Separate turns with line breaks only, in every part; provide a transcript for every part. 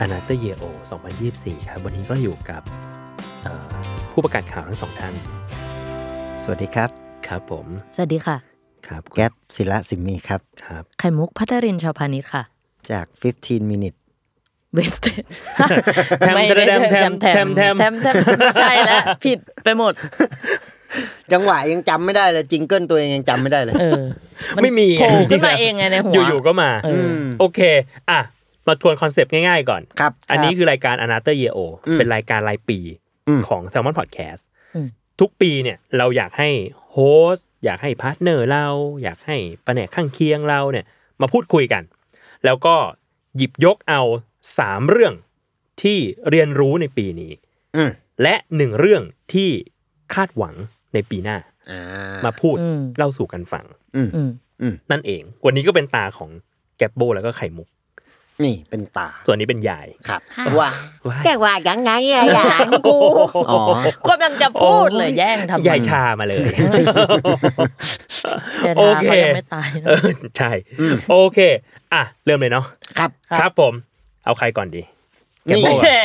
อนาเตอร์เยโอ2024 ครับ วันนี้ก็อยู่กับเอ่อผู้ประกาศข่าวทั้งสองท่าน
สวัสดีครับ
ครับผม
สวัสดีค่ะ
ครับ
แก๊ปศิละสิมมีครับ
ครับ
ไข่มุกพัทรินชาวพานิชค่ะ
จาก 15 minute
เวสเท
แทมแทมแทมแทมแทม
แทมแท มไม่ใช่แล้วผิดไปหมด
จังหวะยังจำไม่ได้เลย จิงเกิลตัวเองยังจำไม่ได้เลย
เออ
ไม่มี
โผล่ขึ้นมาเองไงในหัว
อยู่ๆก็มา
เออ
ม
โอเค อ่ะ มาทวนคอนเซปต์ง่ายๆก่อน
ครับ
อันนี้คือรายการ a n a t h e r Year O
อืม
เป็นรายการรายปี
อืม
ของ Salmon Podcast
อืม
ทุกปีเนี่ยเราอยากให้โฮสต์อยากให้พาร์ทเนอร์เรา อยากให้แผนกข้างเคียงเราเนี่ย มาพูดคุยกัน แล้วก็หยิบยกเอา 3 เรื่องที่เรียนรู้ในปีนี้
อืม
และหนึ่งเรื่องที่คาดหวังในปีหน้า
อ่า
มาพูด
อืม
เล่าสู่กันฟัง
อืม
นั่นเอง วันนี้ก็เป็นตาของแกปโบแล้วก็ไข่มุก
นี่เป็นตา
ส่วนนี้เป็นยาย
ครับว่า
ว้าย
แกว่ายังไงอะยายกู อ๋อ
กำลังจะพูดเลยแย่งทำไม
ยายชามาเลย
แต่
โอ
ทา
เค
เขายังไม่ตายนะ
เออใช่ โอเค อ่ะ เริ่มเลยเนาะ
ครับ
ครับผม เอาใครก่อนดีแก
นี่
โบ
อ
อะ
แหม่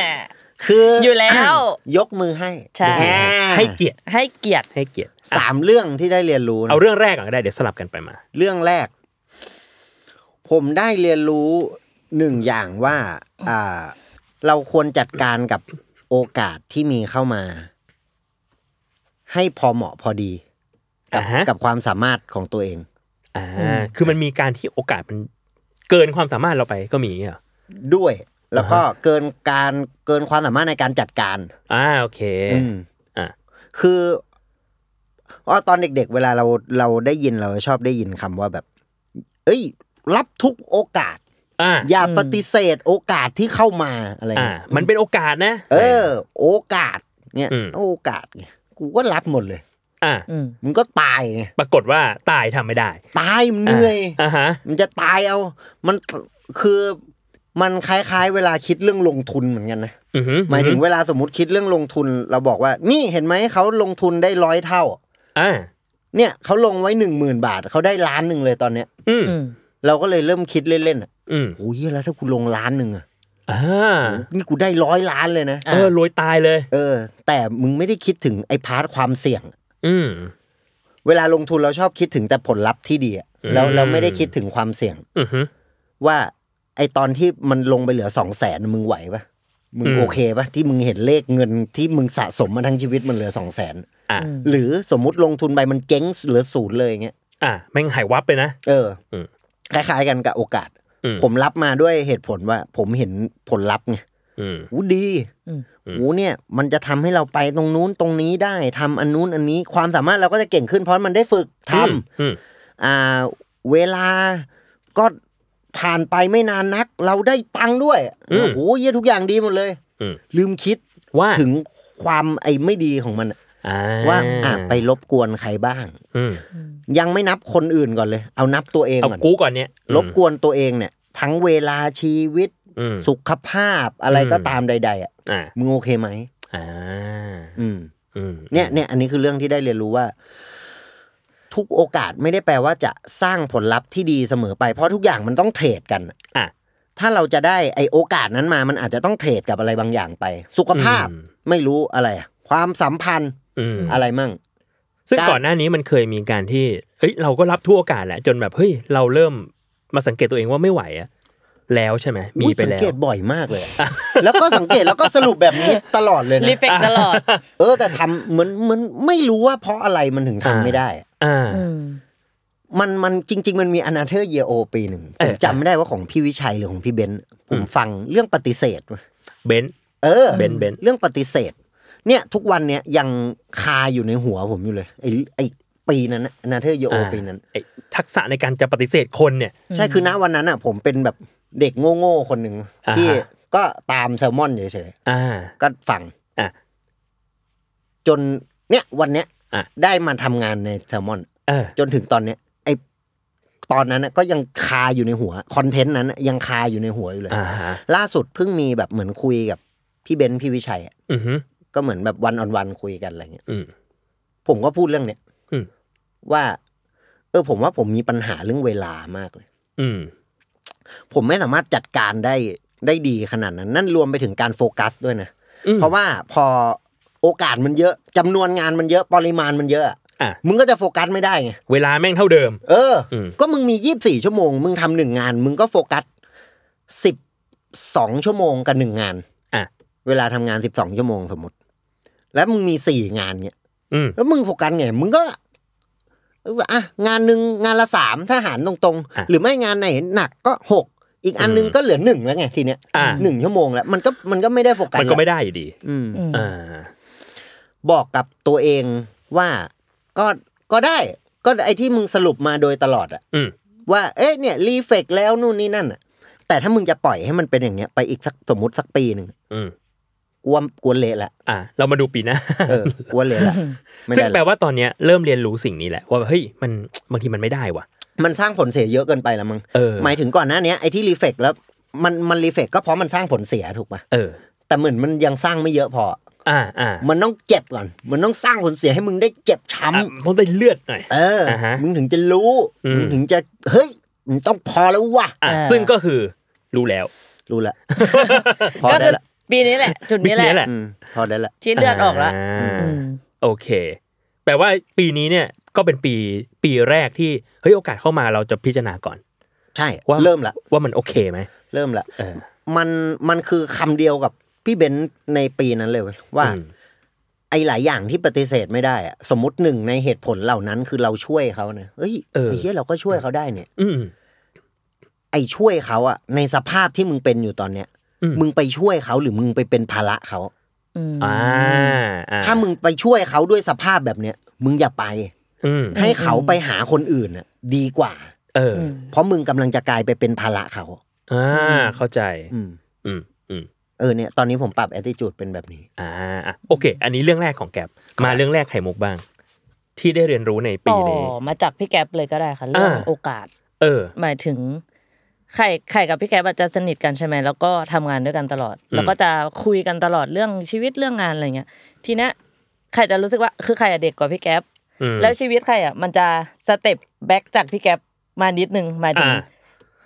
คือ
อ
อยู่
แล้ว
ยกมือให้
ใช่
อ่า
ให้เกียรติ
ให้เกียรติ
ให้เกียรติ
สามเรื่องที่ได้เรียนรู้นะ
เอาเรื่องแรกก่อนก็ได้ เดี๋ยวสลับกันไปมา
เรื่องแรก ผมได้เรียนรู้หนึ่งอย่างว่า อ่า เราควรจัดการกับโอกาสที่มีเข้ามา ให้พอเหมาะพอดี กับ
อ่าฮะ
กับความสามารถของตัวเอง
อ่า คือมันมีการที่โอกาสมันเกินความสามารถเราไปก็มีอย่างเงี้ยเหรอ
ด้วย แล้วก็เกินการเกินความสามารถในการจัดการ
อ่า โอเค
ม
อ่ะ
คือว่าตอนเด็ก ๆ เวลาเราเราได้ยินเราชอบได้ยินคำว่าแบบ เอ้ย รับทุกโอกาส
อ่า
อย่าปฏิเสธโอกาสที่เข้ามาอะไร
อ่า
เงี้ย
มันเป็นโอกาสนะ
เออ โอกาสเนี่ย
อืม
โอกาสเนี่ยกูก็รับหมดเลย
อ่า
อืม
มึงก็ตายไง
ปรากฏว่าตายทำไม่ได้
ตายมันเหนื่อย
ะอ่าฮะ
มันจะตายเอา มันคือมันคล้ายๆ เวลาคิดเรื่องลงทุนเหมือนกันนะ
อืออ
หมายถึงเวลาสมมติคิดเรื่องลงทุน เราบอกว่า นี่เห็นไหมเขาลงทุนได้ร้อยเท่า
อ่า
เนี่ยเขาลงไว้หนึ่งหมื่นบาทเขาได้ล้านหนึ่งเลยตอนเนี้ย
อืม
อืม
เราก็เลยเริ่มคิดเล่นๆอ่ะ
อืม
โอ้ยแล้วถ้ากูลงล้านหนึ่งอ่ะ
อ่า
นี่กูได้ร้อยล้านเลยนะ
เออรวยตายเลย
เออ แต่มึงไม่ได้คิดถึงไอ้พาร์ทความเสี่ยง
อืม
เวลาลงทุนเราชอบคิดถึงแต่ผลลัพธ์ที่ดีอะเรา
อืม
เราไม่ได้คิดถึงความเสี่ยง
อือฮึ
ว่าไอตอนที่มันลงไปเหลือสองแสนมึงไหวปะมึง
อืม
โอเคปะที่มึงเห็นเลขเงินที่มึงสะสมมาทั้งชีวิตมันเหลือสองแสน
อ่า
หรือสมมติลงทุนไปมันเจ๊งเหลือศูนย์เลยอย่างเงี้ย
อ่าแม่งหายวับเลยนะ
เอออ
ม
คล้ายๆกันกับโอกาส
อืม
ผมรับมาด้วยเหตุผลว่า ผมเห็นผลลัพธ์ไง
อืม
อู้ดี
อืม
อู้เนี่ย มันจะทำให้เราไปตรงนู้นตรงนี้ได้ทำอันนู้นอันนี้ความสามารถเราก็จะเก่งขึ้นเพราะมันได้ฝึกทำ
อืม
อ่า เวลาก็ผ่านไปไม่นานนัก เราได้ตังค์ด้วยโอ้โหเยี่ยทุกอย่างดีหมดเลย
อืม
ลืมคิด
ว่า
ถึงความไอ้ไม่ดีของมันอะ
อ่
ว่าอ่ะไปรบกวนใครบ้าง
อืม
ยังไม่นับคนอื่นก่อนเลย เอานับตัวเอง
เอา
ก่อน
กูก่อนเนี่ย
รบกวนตัวเองเนี่ย ทั้งเวลาชีวิต
อืม
สุขภาพอะไร
อืม
ก็ตามใด ๆอ่ะ
อ่า
มึงโอเคไหม
อ่า
อืม
อืม
เนี่ยเนี่ยอันนี้คือเรื่องที่ได้เรียนรู้ว่า ทุกโอกาสไม่ได้แปลว่าจะสร้างผลลัพธ์ที่ดีเสมอไป เพราะทุกอย่างมันต้องเทรดกัน
อ่ะ
ถ้าเราจะได้ไอโอกาสนั้นมา มันอาจจะต้องเทรดกับอะไรบางอย่างไป สุขภาพ
อืม
ไม่รู้อะไรอะความสัมพันธ์
อืม
อะไรมั่ง
ซึ่ง
การ
ก่อนหน้านี้มันเคยมีการที่เอ้ยเราก็รับทุกโอกาสแหละจนแบบเฮ้ยเราเริ่มมาสังเกตตัวเองว่าไม่ไหวอะแล้วใช่ไหมมี
อุ๊ย
ไป
สัง
แล้ว
เกตบ่อยมากเลยอะแล้วก็สังเกตแล้วก็สรุปแบบนี้ตลอดเลย
รี
นะ
เฟกตลอด
เออแต่ทำเหมือนเหมือนไม่รู้ว่าเพราะอะไรมันถึงทำ
อ่า
ไม่ได้อะ
อ่า
มันมันจริง ๆ มันมีอนาเธอร์เยโอปีหนึ่ง
เอ
ผ
อ
มจำไม่ได้ว่าของพี่วิชัยหรือของพี่เบนซ์ผมฟังเรื่องปฏิเสธว่ะ
เบนซ์
เออ
เบนซ์เบนซ์
เรื่องปฏิเสธ เนี่ยทุกวันเนี่ยยังคาอยู่ในหัวผมอยู่เลยไอ้ไอ้ปีนั้นน่ะอนาเธอร์เยโอปีนั้น
ไอ้ทักษะในการจะปฏิเสธคนเนี่ย
ใช่คือณวันนั้นอ่ะ ผมเป็นแบบเด็กโง่ๆคนหนึ่ง
อ่าฮะ
ที่ก็ตามแซลมอนเฉย
อ่า
ๆก็ฟัง
อ่ะ
จนเนี่ยวันเนี้ย
อ่ะ
ได้มาทำงานในแซลมอน
เออ
จนถึงตอนเนี้ยไอตอนนั้นน่ะก็ยังคาอยู่ในหัวคอนเทนต์นั้นน่ะยังคาอยู่ในหัวอยู่เลย
อ่าฮะ
ล่าสุดเพิ่งมีแบบเหมือนคุยกับพี่เบนซ์พี่วิชัยอะ
อือฮึ
ก็เหมือนแบบวันออนวันคุยกันอะไรเงี้ย
อืม
ผมก็พูดเรื่องเนี้ย
อืม
ว่า เออ ผมว่าผมมีปัญหาเรื่องเวลามากเลย
อืม
ผมไม่สามารถจัดการได้ได้ดีขนาดนั้น นั่นรวมไปถึงการโฟกัสด้วยนะ
อืม
เพราะว่าพอโอกาสมันเยอะจำนวนงานมันเยอะปริมาณมันเยอะอะ
อ่ะ
มึงก็จะโฟกัสไม่ได้ไง
เวลาแม่งเท่าเดิม
เอออ
ม
ก็มึงมียี่บสี่ชั่วโมง มึงทำหนึ่งงาน มึงก็โฟกัสสิบสองชั่วโมงกับหนึ่งงาน
อ่ะ
เวลาทำงานสิบสองชั่วโมงสมมติ แล้วมึงมีสี่งานเนี่ย
อืม
แล้วมึงโฟกัสไง มึงก็อ่ะงานหนึ่งงานละสามถ้าหารตรง
อ่ะ
ๆ หรือไม่งานไหนหนักก็หกอีกอันหนึง
อืม
ก็เหลือหนึ่งแล้วไงทีเนี้ย
อ่า
หนึ่งชั่วโมงแล้ว มันก็มันก็ไม่ได้โฟกัส
มันก็ไม่
แล้ว
ได้อยู่ดี
อืม
อืม
อ่า
บอกกับตัวเองว่าก็ก็ได้ ก็ไอที่มึงสรุปมาโดยตลอดอะ
อืม
ว่าเอ๊ะเนี่ยรีเฟกแล้วนู่นนี่นั่นอะแต่ถ้ามึงจะปล่อยให้มันเป็นอย่างเงี้ย ไปอีกสักสมมติสักปีหนึ่ง
อืม
กลัวกลัวเละละ
อ่า เรามาดูปีหน้า
เออกลัวเละละ ไม่
ซึ่ง
ได้ละ
แปลว่าตอนเนี้ยเริ่มเรียนรู้สิ่งนี้แหละว่าเฮ้ยมันบางทีมันไม่ได้ว่ะ
มันสร้างผลเสียเยอะเกินไปละมั้ง
เออ
หมายถึงก่อนหน้าเนี้ยไอ้ที่รีเฟกแล้วมันมันรีเฟกก็เพราะมันสร้างผลเสียถูกปะ
เออ
แต่เหมือนมันยังสร้างไม่เยอะพอ
อ่าอ่า
มันต้องเจ็บก่อน มันต้องสร้างผลเสียให้มึงได้เจ็บช้
อ่ะต้องได้เลือดหน่อย
ำเอออา
ฮะ
มึงถึงจะรู้
อืม
มึงถึงจะเฮ้ยมันต้องพอแล้ววะ
อ่ะ
เออ
ซึ่งก็คือรู้แล้ว
รู้ ละ พอ
ก็
ได้
คือ
ละ
ปีนี้แหละ จุดนี้แห
ปีนี้แห
ละ
ละ
อืมพอได้ละ
ที่เลือดออกแล้ว
าโอเค แปลว่าปีนี้เนี่ยก็เป็นปีปีแรกที่เฮ้ยโอกาสเข้ามาเราจะพิจารณาก่อน
ใช่
ว่า
เริ่มละ
ว่ามันโอเคไหม
เริ่มละ
เออ
มันมันคือคำเดียวกับพี่เบนซ์ในปีนั้นเลยเว้ยว่า
อืม
ไอ้หลายอย่างที่ปฏิเสธไม่ได้อะสมมติหนึ่งในเหตุผลเหล่านั้นคือเราช่วยเขานะเอ้ย
เออ
ไอ้เหี้ยเราก็ช่วยเขาได้เนี่ย
อืม
ไอ้ช่วยเขาอะในสภาพที่มึงเป็นอยู่ตอนเนี้ย
อืม
มึงไปช่วยเขาหรือมึงไปเป็นภาระเขา
อืม
อ่าอ่
ถ้ามึงไปช่วยเขาด้วยสภาพแบบเนี้ยมึงอย่าไป
อืม
ให้เขาไปหาคนอื่นอะดีกว่า
เออ
เพราะมึงกำลังจะกลายไปเป็นภาระเขา
อ่าเข้าใจ
อืม
อืมอืม
เออเนี่ยตอนนี้ผมปรับแอ t i ิจูดเป็นแบบนี้
อ่าอ่ะโอเค อันนี้เรื่องแรกของแกบมาเรื่องแรกไข่มุกบ้าง ที่ได้เรียนรู้ในปี
ต่อ
นี้
มาจากพี่แก๊ปเลยก็ได้ค่ะ เรื่อง
อ่า
โอกาส
เออ
หมายถึงไข่ไข่กับพี่แก๊ปอาจจะสนิทกันใช่ไหมแล้วก็ทำงานด้วยกันตลอด แล้วก็จะคุยกันตลอดเรื่องชีวิตเรื่องงานอะไรเงี้ยทีเนี้ยไข่จะรู้สึกว่าคือไข่อะเด็กกว่าพี่แก๊ป
อืม
แล้วชีวิตไข่อะมันจะสเต็ปแบ็กจากพี่แก๊ปมานิดนึงหมายถึง
อ่า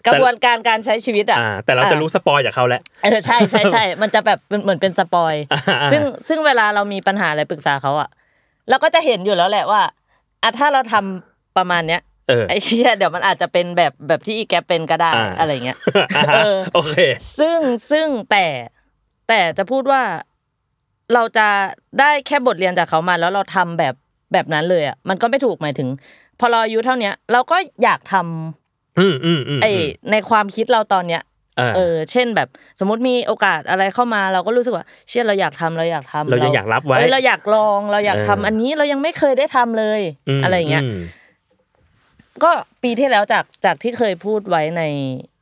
ก
ระบวนการการใช้ชีวิตอะ
อ่า แต่เราจะรู้สปอยจากเขาแล้ว
เออใช่ใช่ใช่ มันจะแบบเป็นเหมือนเป็นสปอย
อ่า
ซึ่งซึ่งเวลาเรามีปัญหาอะไรปรึกษาเขาอะเราก็จะเห็นอยู่แล้วแหละว่าอ่ะถ้าเราทำประมาณเนี้ย
เออ
ไอ้ เชี่ยเดี๋ยวมันอาจจะเป็นแบบแบบที่อีแกปเป็นก็ได้
อ่า
อะไรเงี้ย
อ่าฮะ
เออ
โอเค
ซึ่งซึ่งแต่แต่จะพูดว่าเราจะได้แค่บทเรียนจากเขามา แล้วเราทำแบบแบบนั้นเลยอ่ะมันก็ไม่ถูกหมายถึง พอเราอายุเท่าเนี้ย เราก็อยากทำ
อืมอืมอืม
ไอ้ในความคิดเราตอนเนี้ย
เออ
เออ เช่นแบบสมมติมีโอกาสอะไรเข้ามา เราก็รู้สึกว่า เชี่ยเราอยากทำเราอยากทำ
เรายังอยากรับไว้
เออเราอยากลองเราอยาก
เอ
ทำ
ออั
อันนี้เรายังไม่เคยได้ทำเลย
ม
อะไรเงี้ย
ม
ก็ปีที่แล้วจากจากที่เคยพูดไว้ใน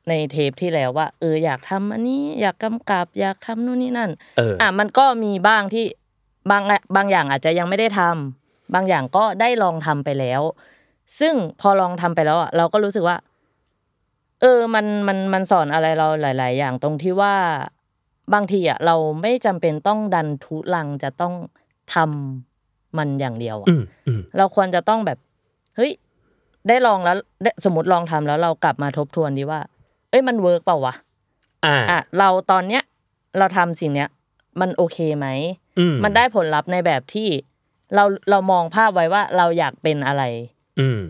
ในเทปที่แล้วว่า เอออยากทำอันนี้อยากกำกับอยากทำนู่นนี่นั่น
เอออ่
มันก็มีบ้างที่บางบางอย่างอาจจะยังไม่ได้ทำบางอย่างก็ได้ลองทำไปแล้ว ซึ่งพอลองทำไปแล้วอ่ะเราก็รู้สึกว่า เออมันมันมันสอนอะไรเราหลาย ๆ อย่างตรงที่ว่าบางทีอ่ะเราไม่จำเป็นต้องดันทุลังจะต้องทำมันอย่างเดียวอ่ะ
อืมอืม
เราควรจะต้องแบบ เฮ้ย ได้ลองแล้วได้สมมติลองทำแล้วเรากลับมาทบทวนดีว่า เอ้ยมันเวิร์กเปล่าวะ
อ่า
อ่ะเราตอนเนี้ยเราทำสิ่งเนี้ย มันโอเคไหม
อืม
มันได้ผลลัพธ์ในแบบที่เราเรามองภาพไว้ว่าเราอยากเป็นอะไร
อืม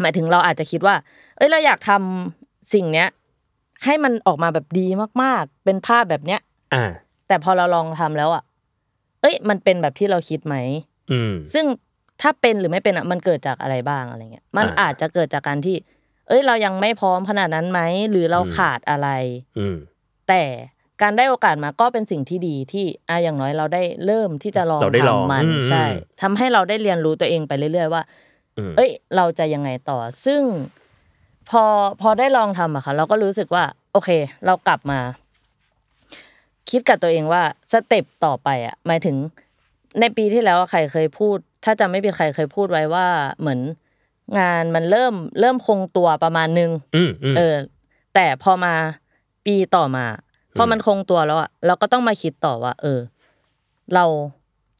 หมายถึงเราอาจจะคิดว่า เอ้ยเราอยากทำสิ่งเนี้ย ให้มันออกมาแบบดีมากๆ เป็นภาพแบบเนี้ย
อ่า
แต่พอเราลองทำแล้วอ่ะ เอ้ย มันเป็นแบบที่เราคิดไหม
อืม
ซึ่งถ้าเป็นหรือไม่เป็นอ่ะมันเกิดจากอะไรบ้างอะไรเงี้ย มัน
อ่า
อาจจะเกิดจากการที่ เอ้ย เรายังไม่พร้อมขนาดนั้นไหม หรือเราขาดอะไร
อืม
แต่การได้โอกาสมาก็เป็นสิ่งที่ดีที่อ่ะอย่างน้อยเราได้เริ่มที่จะลอง
เราได้ลอง
ทำมัน
อืม
ใช่
อืม
ทำให้เราได้เรียนรู้ตัวเองไปเรื่อย ๆ ว่า
อืม
เอ้ย เราจะยังไงต่อ ซึ่งพอพอได้ลองทำอะค่ะ เราก็รู้สึกว่า โอเค เรากลับมา คิดกับตัวเองว่าสเต็ปต่อไปอะหมายถึง ในปีที่แล้วอะใครเคยพูด ถ้าจำไม่ผิดใครเคยพูดไว้ว่า เหมือนงานมันเริ่มเริ่มคงตัวประมาณนึง
อืมอืม
เออ แต่พอมาปีต่อมาพอมันคงตัวแล้วอะเราก็ต้องมาคิดต่อว่า เออ เรา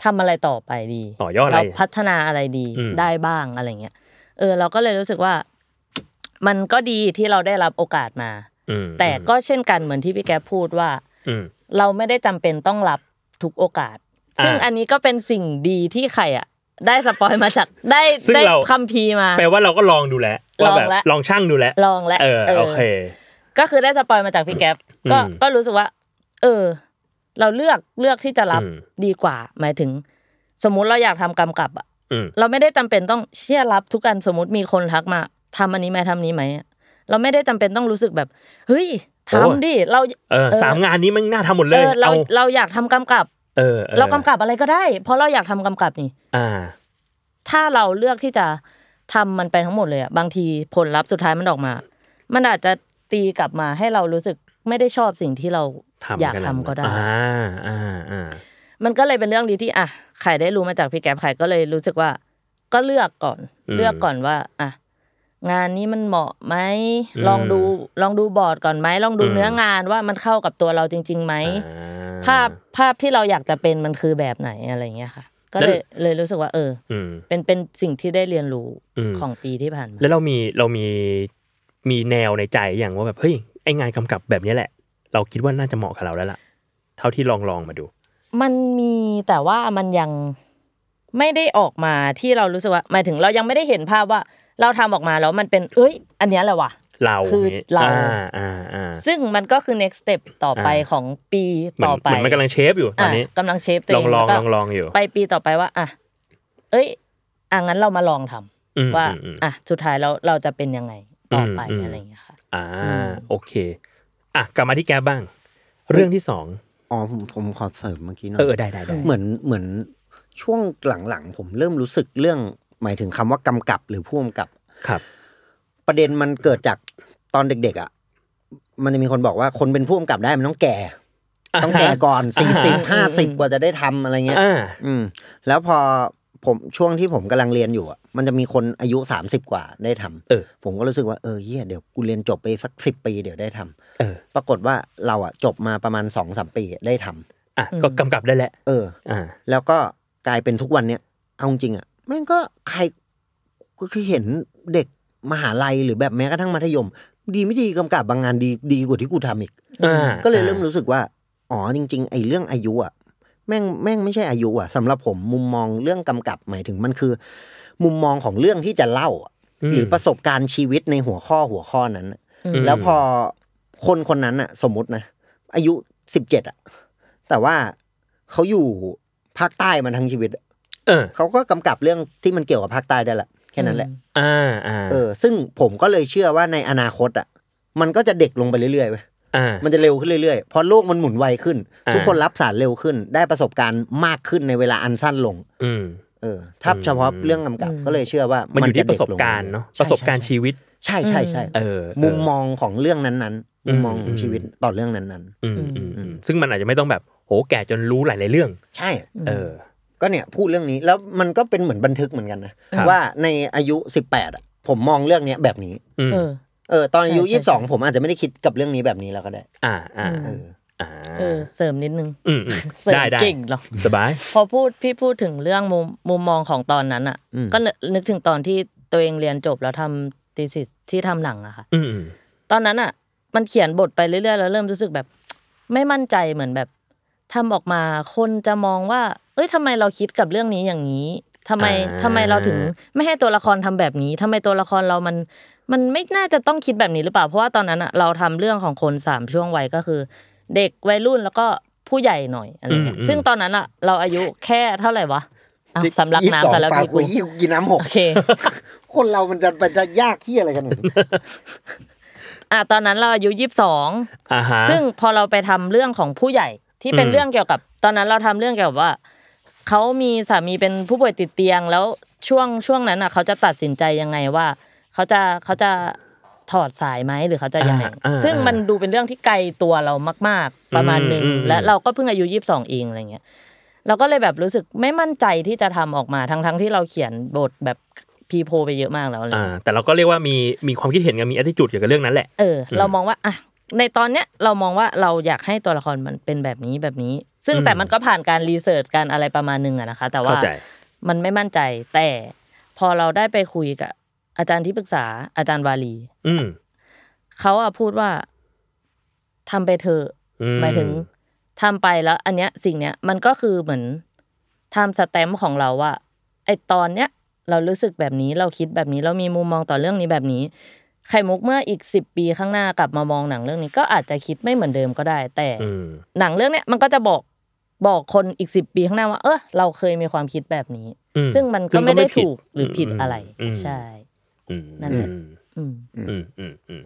ทำอะไรต่อไปดี
ต่อยอดอะไร
เราพัฒนาอะไรดี
อืม
ได้บ้างอะไรเงี้ย เออ เราก็เลยรู้สึกว่า มันก็ดีที่เราได้รับโอกาสมา
อืม
แต่ก็เช่นกันเหมือนที่พี่แกพูดว่า
อืม
เราไม่ได้จำเป็นต้องรับทุกโอกาส
อ่า
ซึ่งอันนี้ก็เป็นสิ่งดีที่ใครอ่ะ ได้สปอยมาจากได้
ซึ่ง
ได้
เรา
คัมภีร์มา
แปลว่าเราก็ลองดูแลวว่าแบบ
ลองแล้ว
ลองช่างดูแลว
ลองและ
เออโอเค
ก็คือได้สปอยมาจากพี่แกปก็
อืม
ก็รู้สึกว่า เออ เราเลือกเลือกที่จะรับ
อืม
ดีกว่า หมายถึง สมมุติเราอยากทำกำกับอ่ะ
อืม
เราไม่ได้จำเป็นต้องเชื่อรับทุกอันสมมติมีคนทักมาทำอันนี้ไหมทำนี้ไหมอะเราไม่ได้จำเป็นต้องรู้สึกแบบเฮ้ย
โอ้
ทำดิเรา
เออสามงานนี้มันน่าทำหมดเล
เอย อเรา
เอา
เราอยากทำกำกับ
เออออ
เรากำกับอะไรก็ได้ เพราะเราอยากทำกำกับนี่
อ่า
ถ้าเราเลือกที่จะทำมันไปทั้งหมดเลยอะบางทีผลลัพธ์สุดท้ายมันออกมา มันอาจจะตีกลับมาให้เรารู้สึกไม่ได้ชอบสิ่งที่เรา
ทำ
อยาก
น
ทำก็ได้
อ่าอ่าอ่า
มันก็เลยเป็นเรื่องดีที่อ่ะไข่ได้รู้มาจากพี่แก๊ปไข่ก็เลยรู้สึกว่า ก็เลือกก่อน เลือกก่อนว่าอ่ะงานนี้มันเหมาะไหมลองดูลองดูบอร์ดก่อนไหมลองดูเนื้องานว่ามันเข้ากับตัวเราจริงๆไหม
อ่
ภาพภาพที่เราอยากจะเป็นมันคือแบบไหนอะไรอย่างเงี้ยค่ะ ก็เลยเลยรู้สึกว่า เออ
อืม
เป็นเป็นสิ่งที่ได้เรียนรู้
อืม
ของปีที่ผ่านมา
แล้วเรามีเรามีมีแนวในใจอย่างว่าแบบเฮ้ยไองานกำกับแบบเนี้ยแหละ เราคิดว่าน่าจะเหมาะกับเราแล้วล่ะ เท่าที่ลองลองมาดู
มันมีแต่ว่ามันยังไม่ได้ออกมาที่เรารู้สึกว่าหมายถึงเรายังไม่ได้เห็นภาพว่า เราทำออกมาแล้วมันเป็นเอ้ย อันเนี้ยแหละว่ะ
เรา
คือ
นี่
เรา
อ่าอ่าอ่า
ซึ่งมันก็คือ next step ต่อไป
อ่า
ของปี
เหมือ
ต่
น
อไป
เหมือนมันกำลังเชฟอยู่ตอนนี้
ะกำลังเชฟตั
ล
วเอ
อง
ง
ลอง
แวก็
ลองลองอยู่
ไปปีต่อไปว่า อ่ะ เอ้ยอ่ะงั้นเรามาลองทำ
อืม
ว่า
อืมอืม
อ่ะสุดท้ายแล้วเราจะเป็นยังไงต่อไป
อืมอืม
อะไรอย่างเงี้ยค่ะ
อ่าโอเคอ่ะกลับมาที่แกปบ้าง เรื่องที่สอง
อ๋อผมผมขอเสริมเมื่อกี้หน่อ
เออย ได้ได้ได้
เหมือนเหมือนช่วงหลังๆ ผมเริ่มรู้สึกเรื่อง หมายถึงคำว่ากำกับหรือพ่วงกับ
ครับ
ประเด็นมันเกิดจากตอนเด็ก ๆ อ่ะ มันจะมีคนบอกว่าคนเป็นผู้กำกับได้มันต้องแก่ ต้องแก่ ก่อนสี่สิบห้าสิบกว่าจะได้ทำอะไรเงี้ย
อ่า
อืม แล้วพอผมช่วงที่ผมกำลังเรียนอยู่อ่ะ มันจะมีคนอายุสามสิบกว่าได้ทำ
เออ
ผมก็รู้สึกว่าเออเฮียเดี๋ยวกูเรียนจบไปสักสิบปีเดี๋ยวได้ทำ
เออ
ปรากฏว่าเราอ่ะจบมาประมาณสองสามปีได้ทำ
อ่ะก็กำกับได้แหละ
เออ
อ่า
แล้วก็กลายเป็นทุกวันเนี้ยเอาจริงอ่ะแม่งก็ใครก็คือเห็นเด็กมหาลัยหรือแบบแม้กระทั่งมัธยม ดีไม่ดีกำกับบางงานดีดีกว่าที่กูทำอีก
อ่า
ก็เลยเริ่มรู้สึกว่า อ๋อจริง ๆ ไอ้เรื่องอายุอ่ะแม่งแม่งไม่ใช่อายุอ่ะสำหรับผมมุมมองเรื่องกำกับหมายถึงมันคือ มุมมองของเรื่องที่จะเล่าอะ
อืม
หรือประสบการณ์ชีวิตในหัวข้อหัวข้อนั้นอะ
อืม
แล้วพอคนคนนั้นอ่ะ สมมตินะ อายุสิบเจ็ดอ่ะแต่ว่าเขาอยู่ภาคใต้มาทั้งชีวิตอะ
เออ
เขาก็กำกับเรื่องที่มันเกี่ยวกับภาคใต้ได้แหละแค่นั้นแหละ
อ่าอ่า
เออ ซึ่งผมก็เลยเชื่อว่าในอนาคตอ่ะมันก็จะเด็กลงไปเรื่อยๆเว้ย
อ่า
มันจะเร็วขึ้นเรื่อยๆ เพราะโลกมันหมุนไวขึ้น
อ่า
ทุกคนรับสารเร็วขึ้น ได้ประสบการณ์มากขึ้นในเวลาอันสั้นลง
อืม
เออ ถ้าเฉพาะเรื่องกำกับ
อืม
ก็เลยเชื่อว่า
มั
มัน
อยู่ที่ประสบ
จด็ลง
การณ์เนาะ
ๆ
ประสบการณ์ชีวิต
ใช่ใช่ใช่
เออ
มุมมองของเรื่องนั้นๆ
อืม
มุมมองขอ
อื
ง
ม
ชีวิตต่อเรื่องนั้น
อืมอืมอืมซึ่งมันอาจจะไม่ต้องแบบโหแก่จนรู้หลายๆเรื่อง
ๆ ใช่
เออ
ก็เนี่ยพูดเรื่องนี้แล้วมันก็เป็นเหมือนบันทึกเหมือนกันนะครับ ว่าในอายุ 18อะผมมองเรื่องเนี้ยแบบนี้
อืม
เออ
เออตอนอายุ
ใช่ใช่
ยี่สิบสองผมอาจจะไม่ได้คิดกับเรื่องนี้แบบนี้แล้วก็ได้
อ่าอ่า
เออ
อ่า
เออ เสริมนิดนึง
อืมอืม
เสริม
ได้ได้
เก่งเหรอ
สบาย
พอพูดพี่พูดถึงเรื่องมุมมุมมองของตอนนั้นอ่ะ ก็นึกนึกถึงตอนที่ ตัวเองเรียนจบแล้วทำ thesis ที่ทำหนังอะค่ะ
อืม
ตอนนั้นอะมันเขียนบทไปเรื่อยๆ แล้วเริ่มรู้สึกแบบ ไม่มั่นใจเหมือนแบบทำออกมาคนจะมองว่า เอ้ยทำไมเราคิดกับเรื่องนี้อย่างนี้ทำไม
อ่า
ทำไมเราถึงไม่ให้ตัวละครทำแบบนี้ทำไมตัวละครเรามัน มันไม่น่าจะต้องคิดแบบนี้หรือเปล่า เพราะว่าตอนนั้นอะเราทำเรื่องของคนสามช่วงวัยก็คือ เด็กวัยรุ่นแล้วก็ผู้ใหญ่หน่อยอะไรเงี้ย
อืม
ซึ่งตอนนั้นอะเราอายุแค่เท่าไหร่วะอ้าวสำลัก
ยี่สิบสอ
น้ำ
ง
กันแล้ว
ปา
พี่
กู
กู
ยี่สิบกินน้ำหก
โอเค
คนเรามันจะไปจะยากที่อะไรกันหนึ่ง
อ่ะตอนนั้นเราอายุยี่สิบสอง
อ่าฮะ
ซึ่งพอเราไปทำเรื่องของผู้ใหญ่ที่เป็น
อืม
เรื่องเกี่ยวกับ ตอนนั้นเราทำเรื่องเกี่ยวกับว่าเขามีสามีเป็นผู้ป่วยติดเตียง แล้วช่วงช่วงนั้นอ่ะ เขาจะตัดสินใจยังไงว่าเขาจะเขาจะถอดสายไหมหรือเขาจะยังไง
อ่าอ่า
ซึ่งมันดูเป็นเรื่องที่ไกลตัวเรามาก ๆ ประมาณหนึ่ง
อืมอืม
และเราก็เพิ่งอายุยี่สิบสองเองอะไรเงี้ยเราก็เลยแบบรู้สึกไม่มั่นใจที่จะทำออกมาทั้งๆที่เราเขียนบทแบบพีโพไปเยอะมากแล้วอะไรเงี้ย
อ่า แต่เราก็เรียกว่ามีมีความคิดเห็นกับมี attitude เกี่ยวกับเรื่องนั้นแหละ
เออ
ม
เรามองว่าอ่ะในตอนเนี้ยเรามองว่าเราอยากให้ตัวละครมันเป็นแบบนี้แบบนี้ ซึ่ง
อืม
แต่มันก็ผ่านการรีเสิร์ชการอะไรประมาณหนึงอะนะคะ แต่ว่า
เข้าใจ
มันไม่มั่นใจแต่พอเราได้ไปคุยกับ อาจารย์ที่ปรึกษาอาจารย์วาลี
อืม
เขาอะพูดว่าทำไปเถอะ
อื
หมายถึงทำไปแล้ว อันเนี้ยสิ่งเนี้ยมันก็คือเหมือนทำสแตมป์ของเราว่าไอตอนเนี้ยเรารู้สึกแบบนี้เราคิดแบบนี้เรามีมุมมองต่อเรื่องนี้แบบนี้ ไข่มุกเมื่ออีกสิบปีข้างหน้ากลับมามองหนังเรื่องนี้ก็อาจจะคิดไม่เหมือนเดิมก็ได้ แต่
อืม
หนังเรื่องเนี้ยมันก็จะบอกบอกคนอีกสิบปีข้างหน้าว่า เออเราเคยมีความคิดแบบนี้
อืม
ซึ่งมัน
ซึ่
ก็
งก็
ไม่ได้
ไม่ผิด
ถูกหรือผิด
อืม
อะไร
อืม
ใช่
อืม
นั่นแหละ อืม
อืมอืมอืม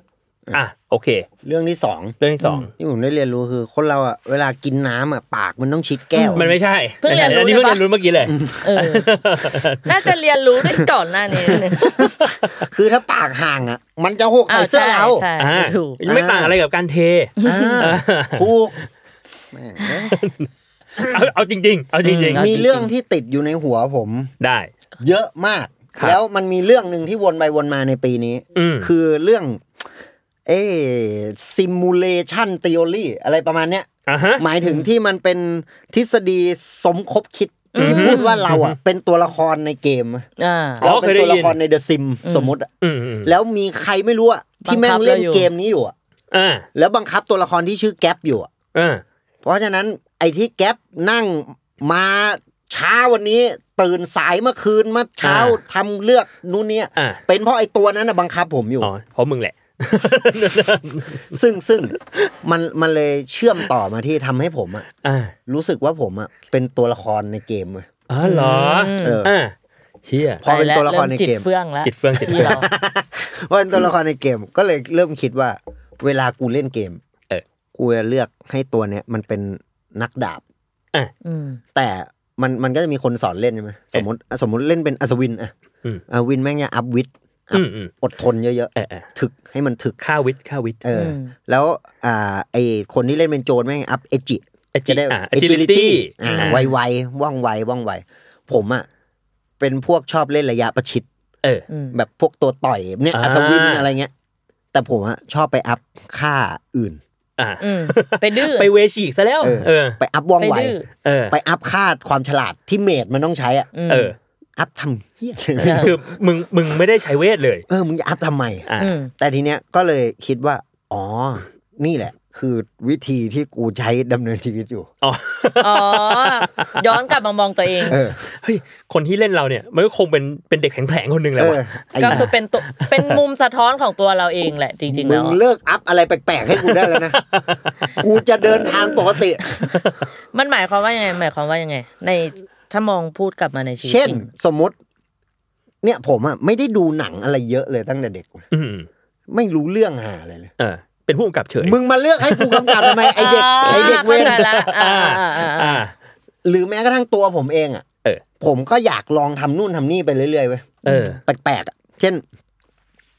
อ่ะโอเค
เรื่องที่สอง
เรื่องที่สอง
ที่ผมได้เรียนรู้คือ คนเราอ่ะเวลากินน้ำอ่ะปากมันต้องชิดแก้ว
มันไม่ใช่
เพิ่งเรียนรู้
อันี้เพิ่ง
เลยปะ
เรียนรู้เมื่อกี้เลย
เออ น่าจะเรียนรู้ด้วยก่อนหน้านี้นิดนึง
คือถ้าปากห่างอ่ะ มันจะหกใส่เสื้อเรา
ใช่
อ่า
ใช่ถูก
ไม่ต่างอะไรกับการเท
อ่า ถูกแม่งเอ้ย
เอาเอาจริง ๆ เอาจริง
อื
มีเรื่องที่ติดอยู่ในหัวผม
ๆ ได้
เยอะมาก
ครับ
แล้วมันมีเรื่องหนึ่งที่วนไปวนมาในปีนี้
อืม
คือเรื่อง เอซิมูเลชัน t h e o r y อะไรประมาณเนี้ย
อ่ะฮะ
หมายถึงที่มันเป็นทฤษฎีสมคบคิด ที่พูดว่าเราอ่ะ เป็นตัวละครในเกม
อ่า
อ๋อ
เราเป็นตัวละคร
เคยได้ยิน
ในเดอะซิมสมมติอะ
อืมอืม
แล้วมีใครไม่รู้อ่ะที่แม่งเล่น
บังคับเราอยู่
เกมนี้อยู่อะ
อ่า
แล้วบังคับตัวละครที่ชื่อแก๊ปอยู่อะ
อ่า
เพราะฉะนั้นไอ้ที่แก๊ปนั่งมาช้าวันนี้ ตื่นสายเมื่อคืนมาเช้าทำเลือกนู่นเนี่ย
อ่า
เป็นเพราะไอ้ตัวนั้นนะบังคับผมอยู่
อ๋อเพราะมึงแห ละ
ซึ่งซึ่ง มันมันเลยเชื่อมต่อมาที่ทำให้ผมอะ
อ่า
รู้สึกว่าผมอะเป็นตัวละครในเกมเว้ย
อ๋อเหรอ
เออ
อ่าเฮีย
พอเป็นตัวละครในเก
ริ่จิ
ม
ตเฟื่องแล้ว
จิตเฟืองจิตเฟือง
พอเป็นตัวละครในเกม ก็เลยเริ่มคิดว่า เวลากูเล่นเกม
เออ
กูจะเลือกให้ตัวเนี้ยมันเป็นนักดาบ
อืม
แต่มันมันก็จะมีคนสอนเล่นใช่ไหมสมมติสมมติเล่นเป็นอัศวินอะ
อืม
อัศวินแม่งเนี่ยอัพวิท
อืมอืม
อดทนเยอะ
เออเออ
ๆถึกให้มันถึก
ข้าวิทย์ข้าวิทย์
เอออ
ม
แล้วอ่าไอคนที่เล่นเป็นโจรแม่งอัพเอจิ จะได้
อ่า agility
อ่า
อ่า
ไวไวๆว่องไวว่องไว ผมอ่ะเป็นพวกชอบเล่นระยะประชิด
เออ
อืม
แบบพวกตัวต่อยเนี่ย
อ่า
อัศวินอะไรเงี้ย แต่ผมอ่ะชอบไปอัพค่าอื่น
อ่า
อืมไปดื้อ
ไปเวฉีกซะแล้ว
เออ
เออ
ไปอัพว่องไว
ไปดื้อ
เออ
ไปอัพค่าความฉลาดที่เมดมันต้องใช้อ่ะ
เออ
อัพทำเฮีย
คือมึงมึงไม่ได้ใช้เวทเลย
เออมึงจะอัพทำไม
อ่า
อืม
แต่ทีเนี้ยก็เลยคิดว่า อ๋อ นี่แหละ คือวิธีที่กูใช้ดำเนินชีวิตอยู่
อ๋อ
อ๋อ ย้อนกลับมามองตัวเอง
เออ
เฮ้ย คนที่เล่นเราเนี่ย มันก็คงเป็นเป็นเด็กแข็งแผลงคนหนึ่งแห
เอ
ละ
อ
วะ
ไอ้
ก็คือเป็นตัวเป็นมุมสะท้อนของตัวเราเองแหละจริง ๆ
มึ
แล้ว
ง
อะ
เลิกอัพอะไรแปลกๆให้กูได้แล้ว นะ กูจะเดินทางปกติ
มันหมายความว่ายังไงหมายความว่ายังไง ในถ้ามองพูดกลับมาในชีวิต
เช่น
จริง
สมมติ เนี่ยผมอ่ะไม่ได้ดูหนังอะไรเยอะเลยตั้งแต่เด็กเว้ย
อืม
ไม่รู้เรื่องหาอะไรเลย
เออ เป็นผู้กำกับเฉย
มึงมาเลือกให้กูกำกับทำไมไอเด็ก
า
ไอเด็กเวร
ข้าใจละอ่าอ่าอ่า
อ่า
หรือแม้กระทั่งตัวผมเองอ่ะ
เออ
ผมก็อยากลองทำนู่นทำนี่ไปเรื่อยๆเว้ย
เออ
แปลกๆอ่ะเช่น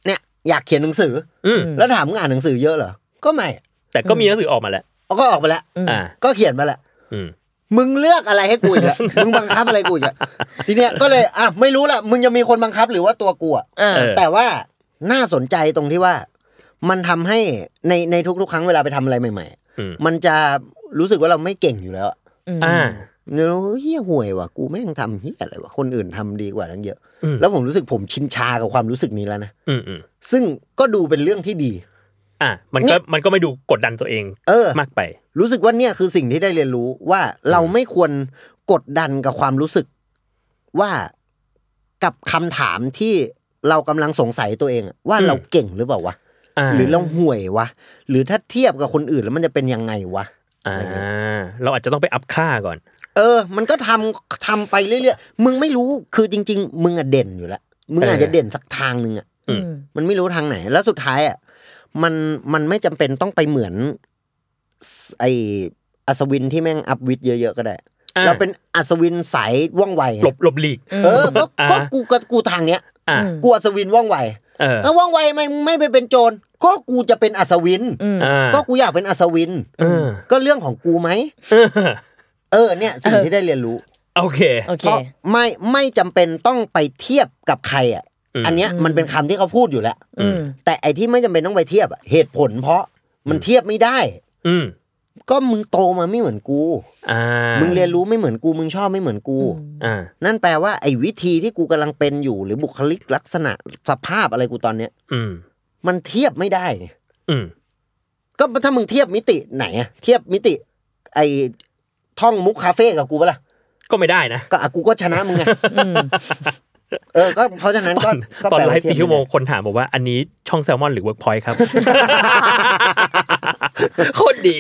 เนี่ยอยากเขียนหนังสือ
อืม
แล้วถามมึงอ่านหนังสือเยอะเหรอก็ไม่
แต่ก็มีหนังสือออกมาแล้ว
เอาก็ออกไปแล้ว
อ่า
ก็เขียนมาแล้ว
อืม
มึงเลือกอะไรให้กูอีก อะ มึงบังคับอะไรกูอีกอะทีเนี้ยก็เลยอ่ะไม่รู้ละมึงจะมีคนบังคับหรือว่าตัวกูอะ
อ่า
เออ
แต่ว่าน่าสนใจตรงที่ว่า มันทำให้ในในทุกๆ ครั้งเวลาไปทำอะไรใหม่
อืม
ๆ มันจะรู้สึกว่าเราไม่เก่งอยู่แล้วอะ
อ่า
แล้วเฮียห่วยว่ะกูแม่งทำเฮียอะไรวะคนอื่นทำดีกว่าตั้งเยอะ
อืม
แล้วผมรู้สึกผมชินชากับความรู้สึกนี้แล้วนะ
อืมอืม
ซึ่งก็ดูเป็นเรื่องที่ดี
อ่ะมันก็มันก็ไม่ดูกดดันตัวเอง
เออ
มากไป
รู้สึกว่าเนี่ยคือสิ่งที่ได้เรียนรู้ว่าเราไม่ควรกดดันกับความรู้สึกว่ากับคำถามที่เรากำลังสงสัยตัวเองอะว่า
อืม
เราเก่งหรือเปล่าวะ
อ่า
หรือเราห่วยวะหรือถ้าเทียบกับคนอื่นแล้วมันจะเป็นยังไงวะ
อ่าเราอาจจะต้องไปอัพค่าก่อน
เออ มันก็ทำทำไปเรื่อยๆ มึงไม่รู้ คือจริง ๆ มึงอะเด่นอยู่แล้ว มึงอาจจะเด่นสักทางหนึ่งอะ
อืม
อืม
มันไม่รู้ทางไหน แล้วสุดท้ายอะมัน มันไม่จำเป็นต้องไปเหมือนสไออัศวินที่แม่งอัพวิทย์เยอะ ๆ ก็ได้
อ่ะ
เราเป็นอัศวินสายว่องไวไง
หลบหลบหลีก
เออ ก็
อ่า
ก็กูก็กูทางเนี้ย
อ่ะ
อืม
กูอัศวินว่องไว
เออ
แล้วว่องไวทำไมมึงไม่ไปเป็นโจร ก็กูจะเป็นอัศวิน
อืม
อ่า
ก็กูอยากเป็นอัศวิน
เออ
ก็เรื่องของกูไหม เออ เนี่ย สิ่งที่ได้เรียนรู้
โอเค
โอเค
เพราะไม่ไม่จำเป็นต้องไปเทียบกับใครอ่ะ
อืม
อันเนี้ยมันเป็นคำที่เขาพูดอยู่แล้ว
อืม
แต่ไอ้ที่ไม่จำเป็นต้องไปเทียบอะเหตุผลเพราะมันเทียบไม่ได้
อืม
ก็มึงโตมาไม่เหมือนกู
อ่า
มึ
มึ
งเรียนรู้ไม่เหมือนกูมึงชอบไม่เหมือนกู
อ่า
นั่นแปลว่าไอ้วิธีที่กูกำลังเป็นอยู่ หรือบุคลิกลักษณะสภาพอะไรกูตอนเนี้ย
อืม
มันเทียบไม่ได้
อืม
ก็ถ้ามึงเทียบมิติไหนอะเทียบมิติ ไอ้ท่องมุกคาเฟ่กับกูปะล่ะ
ก็ไม่ได้นะ
ก็อ่ะกูก็ชนะมึงไงเออก็เพราะฉะนั้น
ต
ก็
อน
ก็
ตอน
แปา
ไลฟ์
เทียบ
สี่ชั่วโม
ไได้
งคนถามบอกว่าอันนี้ช่องแซลมอนหรือเวิร์กพอย ต์ครับ โคตรดี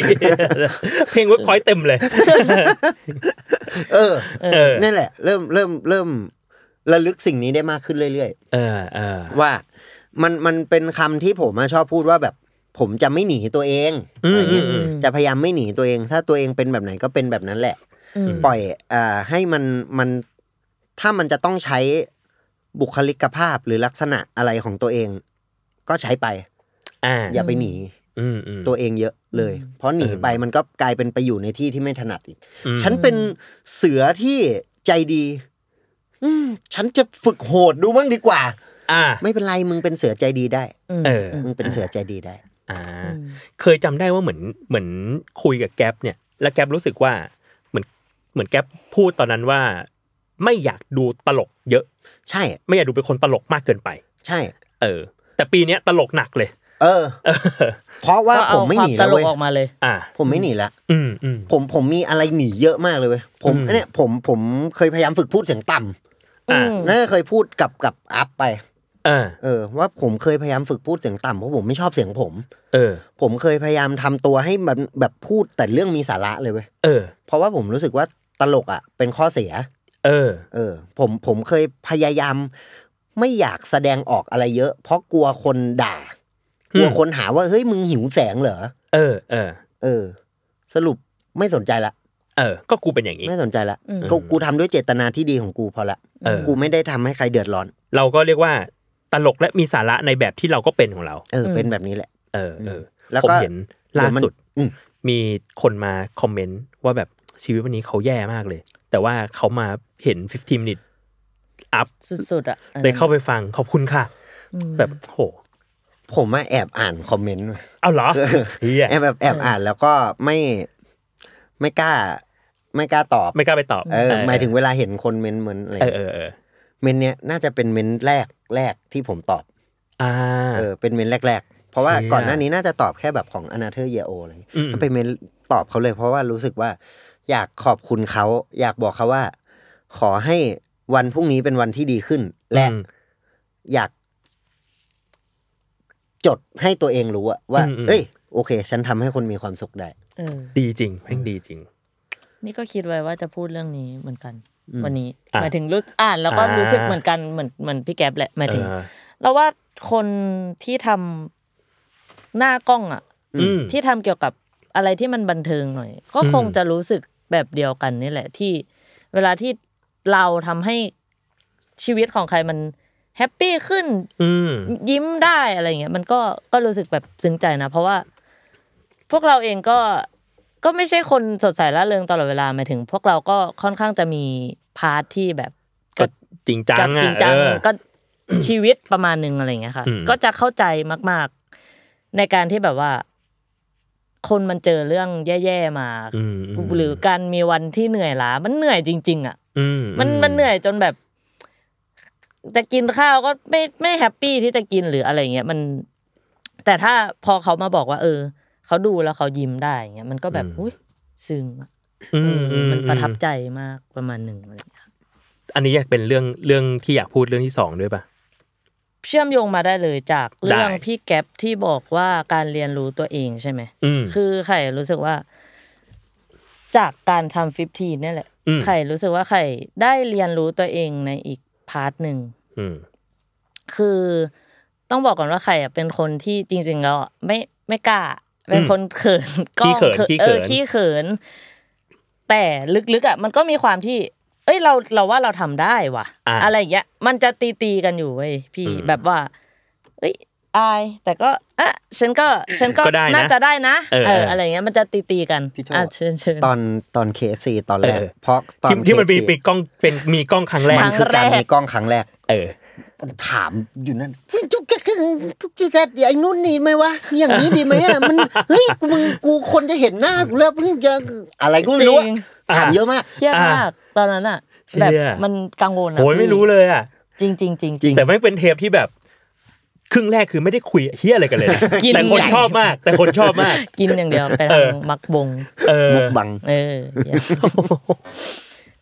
เพลงเวิร์กพอยต์เต็มเลย
เออ
เออ
นั่นแหละ เริ่มเริ่มเริ่มระลึกสิ่งนี้ได้มากขึ้นเรื่อย
เออเออ
ๆ ว่ามันมันเป็นคำที่ผมอะชอบพูดว่าแบบ ผมจะไม่หนีตัวเอง
อื
อะไร
มอื
เงี้ย
มอืม
จะพยายามไม่หนีตัวเอง ถ้าตัวเองเป็นแบบไหนก็เป็นแบบนั้นแหละ
อืม
ปล่อยอ่าให้มันมันถ้ามันจะต้องใช้บุคลิกภาพหรือลักษณะอะไรของตัวเอง ก็ใช้ไป
อ่า
อย่าไปหนี
อืมอืม
ตัวเองเยอะเลย เพราะหนีไปมันก็กลายเป็นไปอยู่ในที่ที่ไม่ถนัดอีก
อืม
ฉันเป็นเสือที่ใจดี อืมฉันจะฝึกโหดดูมั่งดีกว่า
อ่า
ไม่เป็นไรมึงเป็นเสือใจดีได้
เออ
มึงเป็นเสือใจดีได้
อ่า เคยจำได้ว่าเหมือนเหมือนคุยกับแก๊ปเนี่ย แล้วแก๊ปรู้สึกว่าเหมือนเหมือนแก๊ปพูดตอนนั้นว่า ไม่อยากดูตลกเยอะ
ใช่
ไม่อยากดูเป็นคนตลกมากเกินไป
ใช่
เออ แต่ปีเนี้ยตลกหนักเลย
เออ
เออ
เพราะว่า
ก็เอ
ผมไม่
ควา
หนีแล้ว
ตล
เว้
ก
ย
ออกมาเลย
อ่า
ผมไม่หนีละ
อืมอืม
ผมผมมีอะไรหนีเยอะมากเลยเว้ยผม
อืม
อันเนี้ยผมผมเคยพยายามฝึกพูดเสียงต่
อ่า
ำน่าจะเคยพูดกับกับอัพไป
เออ
เออ ว่าผมเคยพยายามฝึกพูดเสียงต่ำเพราะผมไม่ชอบเสียงผม
เออ
ผมเคยพยายามทำตัวให้แบบแบบพูดแต่เรื่องมีสาระเลยเว้ย
เออ
เพราะว่าผมรู้สึกว่าตลกอ่ะ เป็นข้อเสีย
เออ
เออ ผมผมเคยพยายาม ไม่อยากแสดงออกอะไรเยอะ เพราะกลัวคนด่า กลัว
อืม
คนหาว่าเฮ้ยมึงหิวแสงเหรอ
เออ เออ
เออ สรุปไม่สนใจละ
เออ ก็กูเป็นอย่างนี้
ไม่สนใจละ
อืม
กูกูทำด้วยเจตนาที่ดีของกูพอละ
เออ
กูไม่ได้ทำให้ใครเดือดร้อน
เราก็เรียกว่าตลกและมีสาระในแบบที่เราก็เป็นของเรา
เออ เป็นแบบนี้แหละ
เออ เออ
แล้ว
ผ
ก็
มเห็นล่าสุด
เดี๋ยวมันอืม
มีคนมาคอมเมนต์ว่าแบบชีวิตวันนี้เขาแย่มากเลย แต่ว่าเขามาเห็น 15 minute อัพ
สุดๆอ่ะ
เลยเข้าไปฟังขอบคุณค่ะ แบบโห
ผมอะแอบอ่านคอมเมนต์มา
เอาเหรอเฮีย
แอบแอบแอบอ่านแล้วก็ไม่ไม่กล้า ไม่กล้าตอบ
ไม่กล้าไปตอบ
เออหมายถึงเวลาเห็นคนเมนต์เหมือนอะไร
เออเออเออ
เมนต์เนี้ยน่าจะเป็นเมนต์แรกแรกที่ผมตอบ
อ่า
เออเป็นเมนแรก ๆ เพราะว่า
เชี่ย
ก่อนหน้านี้น่าจะตอบแค่แบบของอนาเธอร์เยโออะไรอย่างเงี้ย
อืม
ก็เป็นเมนตอบเขาเลย เพราะว่ารู้สึกว่า อยากขอบคุณเขา อยากบอกเขาว่า ขอให้วันพรุ่งนี้เป็นวันที่ดีขึ้น และ
อืม
อยากจดให้ตัวเองรู้อะว่า
อืมอืม
เอ้ย โอเค ฉันทำให้คนมีความสุขได้
เออ
ดีจริงแม่งดีจริง
นี่ก็คิดไว้ว่าจะพูดเรื่องนี้เหมือนกัน วันนี้
อ่ะ
หมายถึงรู้อ่านแล้วก็
อ่ารู้
รู้สึกเหมือนกันเหมือนเหมือนพี่แก๊ปแหละหมาย
เอ
ถึง
อ
เราว่าคนที่ทำหน้ากล้องอ่ะ
อืม
ที่ทำเกี่ยวกับอะไรที่มันบันเทิงหน่อย ก็
อืม
คงจะรู้สึกแบบเดียวกันนี่แหละที่เวลาที่เราทำให้ชีวิตของใครมันแฮปปี้ขึ้น
อืม
ยิ้มได้อะไรเงี้ยมันก็ก็รู้สึกแบบซึ้งใจนะ เพราะว่า พวกเราเองก็ก็ไม่ใช่คนสดใสร่าเริงตลอดเวลาหมายถึง พวกเราก็ค่อนข้างจะมีพาร์ทที่แบบ
ก็จริงจัง
จะ
อ่ะ
จริงจัง
เออ
ก็ ชีวิตประมาณหนึงอะไรเงี้ยค่ะ
อืม
ก็จะเข้าใจมาก ๆ ในการที่แบบว่า คนมันเจอเรื่องแย่ๆมา
อืมม
หรือการมีวันที่เหนื่อยล้ามันเหนื่อยจริง ๆ อ่ะ
อืม
มันมันเหนื่อยจนแบบ จะกินข้าวก็ไม่ไม่แฮปปี้ที่จะกินหรืออะไรเงี้ยมัน แต่ถ้าพอเขามาบอกว่า เออเขาดูแล้วเขายิ้มได้เงี้ยมันก็แบบอุ้ยซึ้งอะ
อืม
เอ
อื
อ
ม
มันประทับใจมากประมาณหนึ่งอะไรเงี้ย
อันนี้อยากเป็นเรื่องเรื่องที่อยากพูดเรื่องที่สองด้วยป่ะ
เชื่อมโยงมาได้เลยจากเรื่อง
ได้
พี่แก๊ปที่บอกว่าการเรียนรู้ตัวเองใช่ไหม
อืม
คือไข่รู้สึกว่า จากการทำฟิฟทีนี่ยแหละ
อืม
ไข่รู้สึกว่าไข่ได้เรียนรู้ตัวเองในอีกพาร์ทหนึ่ง
อืม
คือต้องบอกก่อนว่าไข่อะเป็นคนที่จริงๆแล้วอะไม่ไม่กล้า เป็นคนเขิน
ขี้เขิน
ก็
ขี้
เอ
เขิน
อขี้เขิน แต่ลึกๆอ่ะมันก็มีความที่ เอ้ยเราเราว่าเราทำได้ว่ะ
อ่า
อะไรอย่างเงี้ยมันจะตีตีๆกันอยู่เว้ยพี่
อืม
แบบว่า เอ้ยอาย แต่ก็อ่ะฉันก็ฉันก็
ก็ได้นะ
น่าจะได้นะ
เออ
เอ
เอ
อ
ออ
อะไรอย่างเงี้ยมันจะตีตีๆกัน
พี่โทษ
อ่ะเชิญเชิญ
ตอนตอนเคฟซีตอนแรก
เออ
เพราะตอน
ที่ที่มันมี
KFC
มีกล้องเป็นมีกล้องครั้งแรก
มันคือการ
ครั้งแรก
มีกล้องครั้งแรก
เออ
มันถามอยู่นั่นเฮ้ยจุกแกกจุกจิกแกกไอ้นู่นนี่ไหมวะอย่างนี้ดีไหมอ่ะมันเฮ้ยกูมึงกูคนจะเห็นหน้ากูแล้วมึงจะอะไรกูไม่รู้อะ
จริง
ถามเยอะมาก
เครียดมากตอนนั้นอ่ะ
เชี่ย
แบบมันกังวลอะ
โอ้ยไม่รู้เลยอ่ะ
จริงจริงๆจริงๆ
แต่ไม่งเป็นเทปที่แบบ ครึ่งแรกคือไม่ได้คุยเฮี้ยอะไรกันเลยนะ
กิน
แต่คนชอบมาก แต่คนชอบ มาก
กินอย่างเดียวไป
เอ
ทาง
อ
มักบง
เออ
มุกบัง
เออ เหี้ย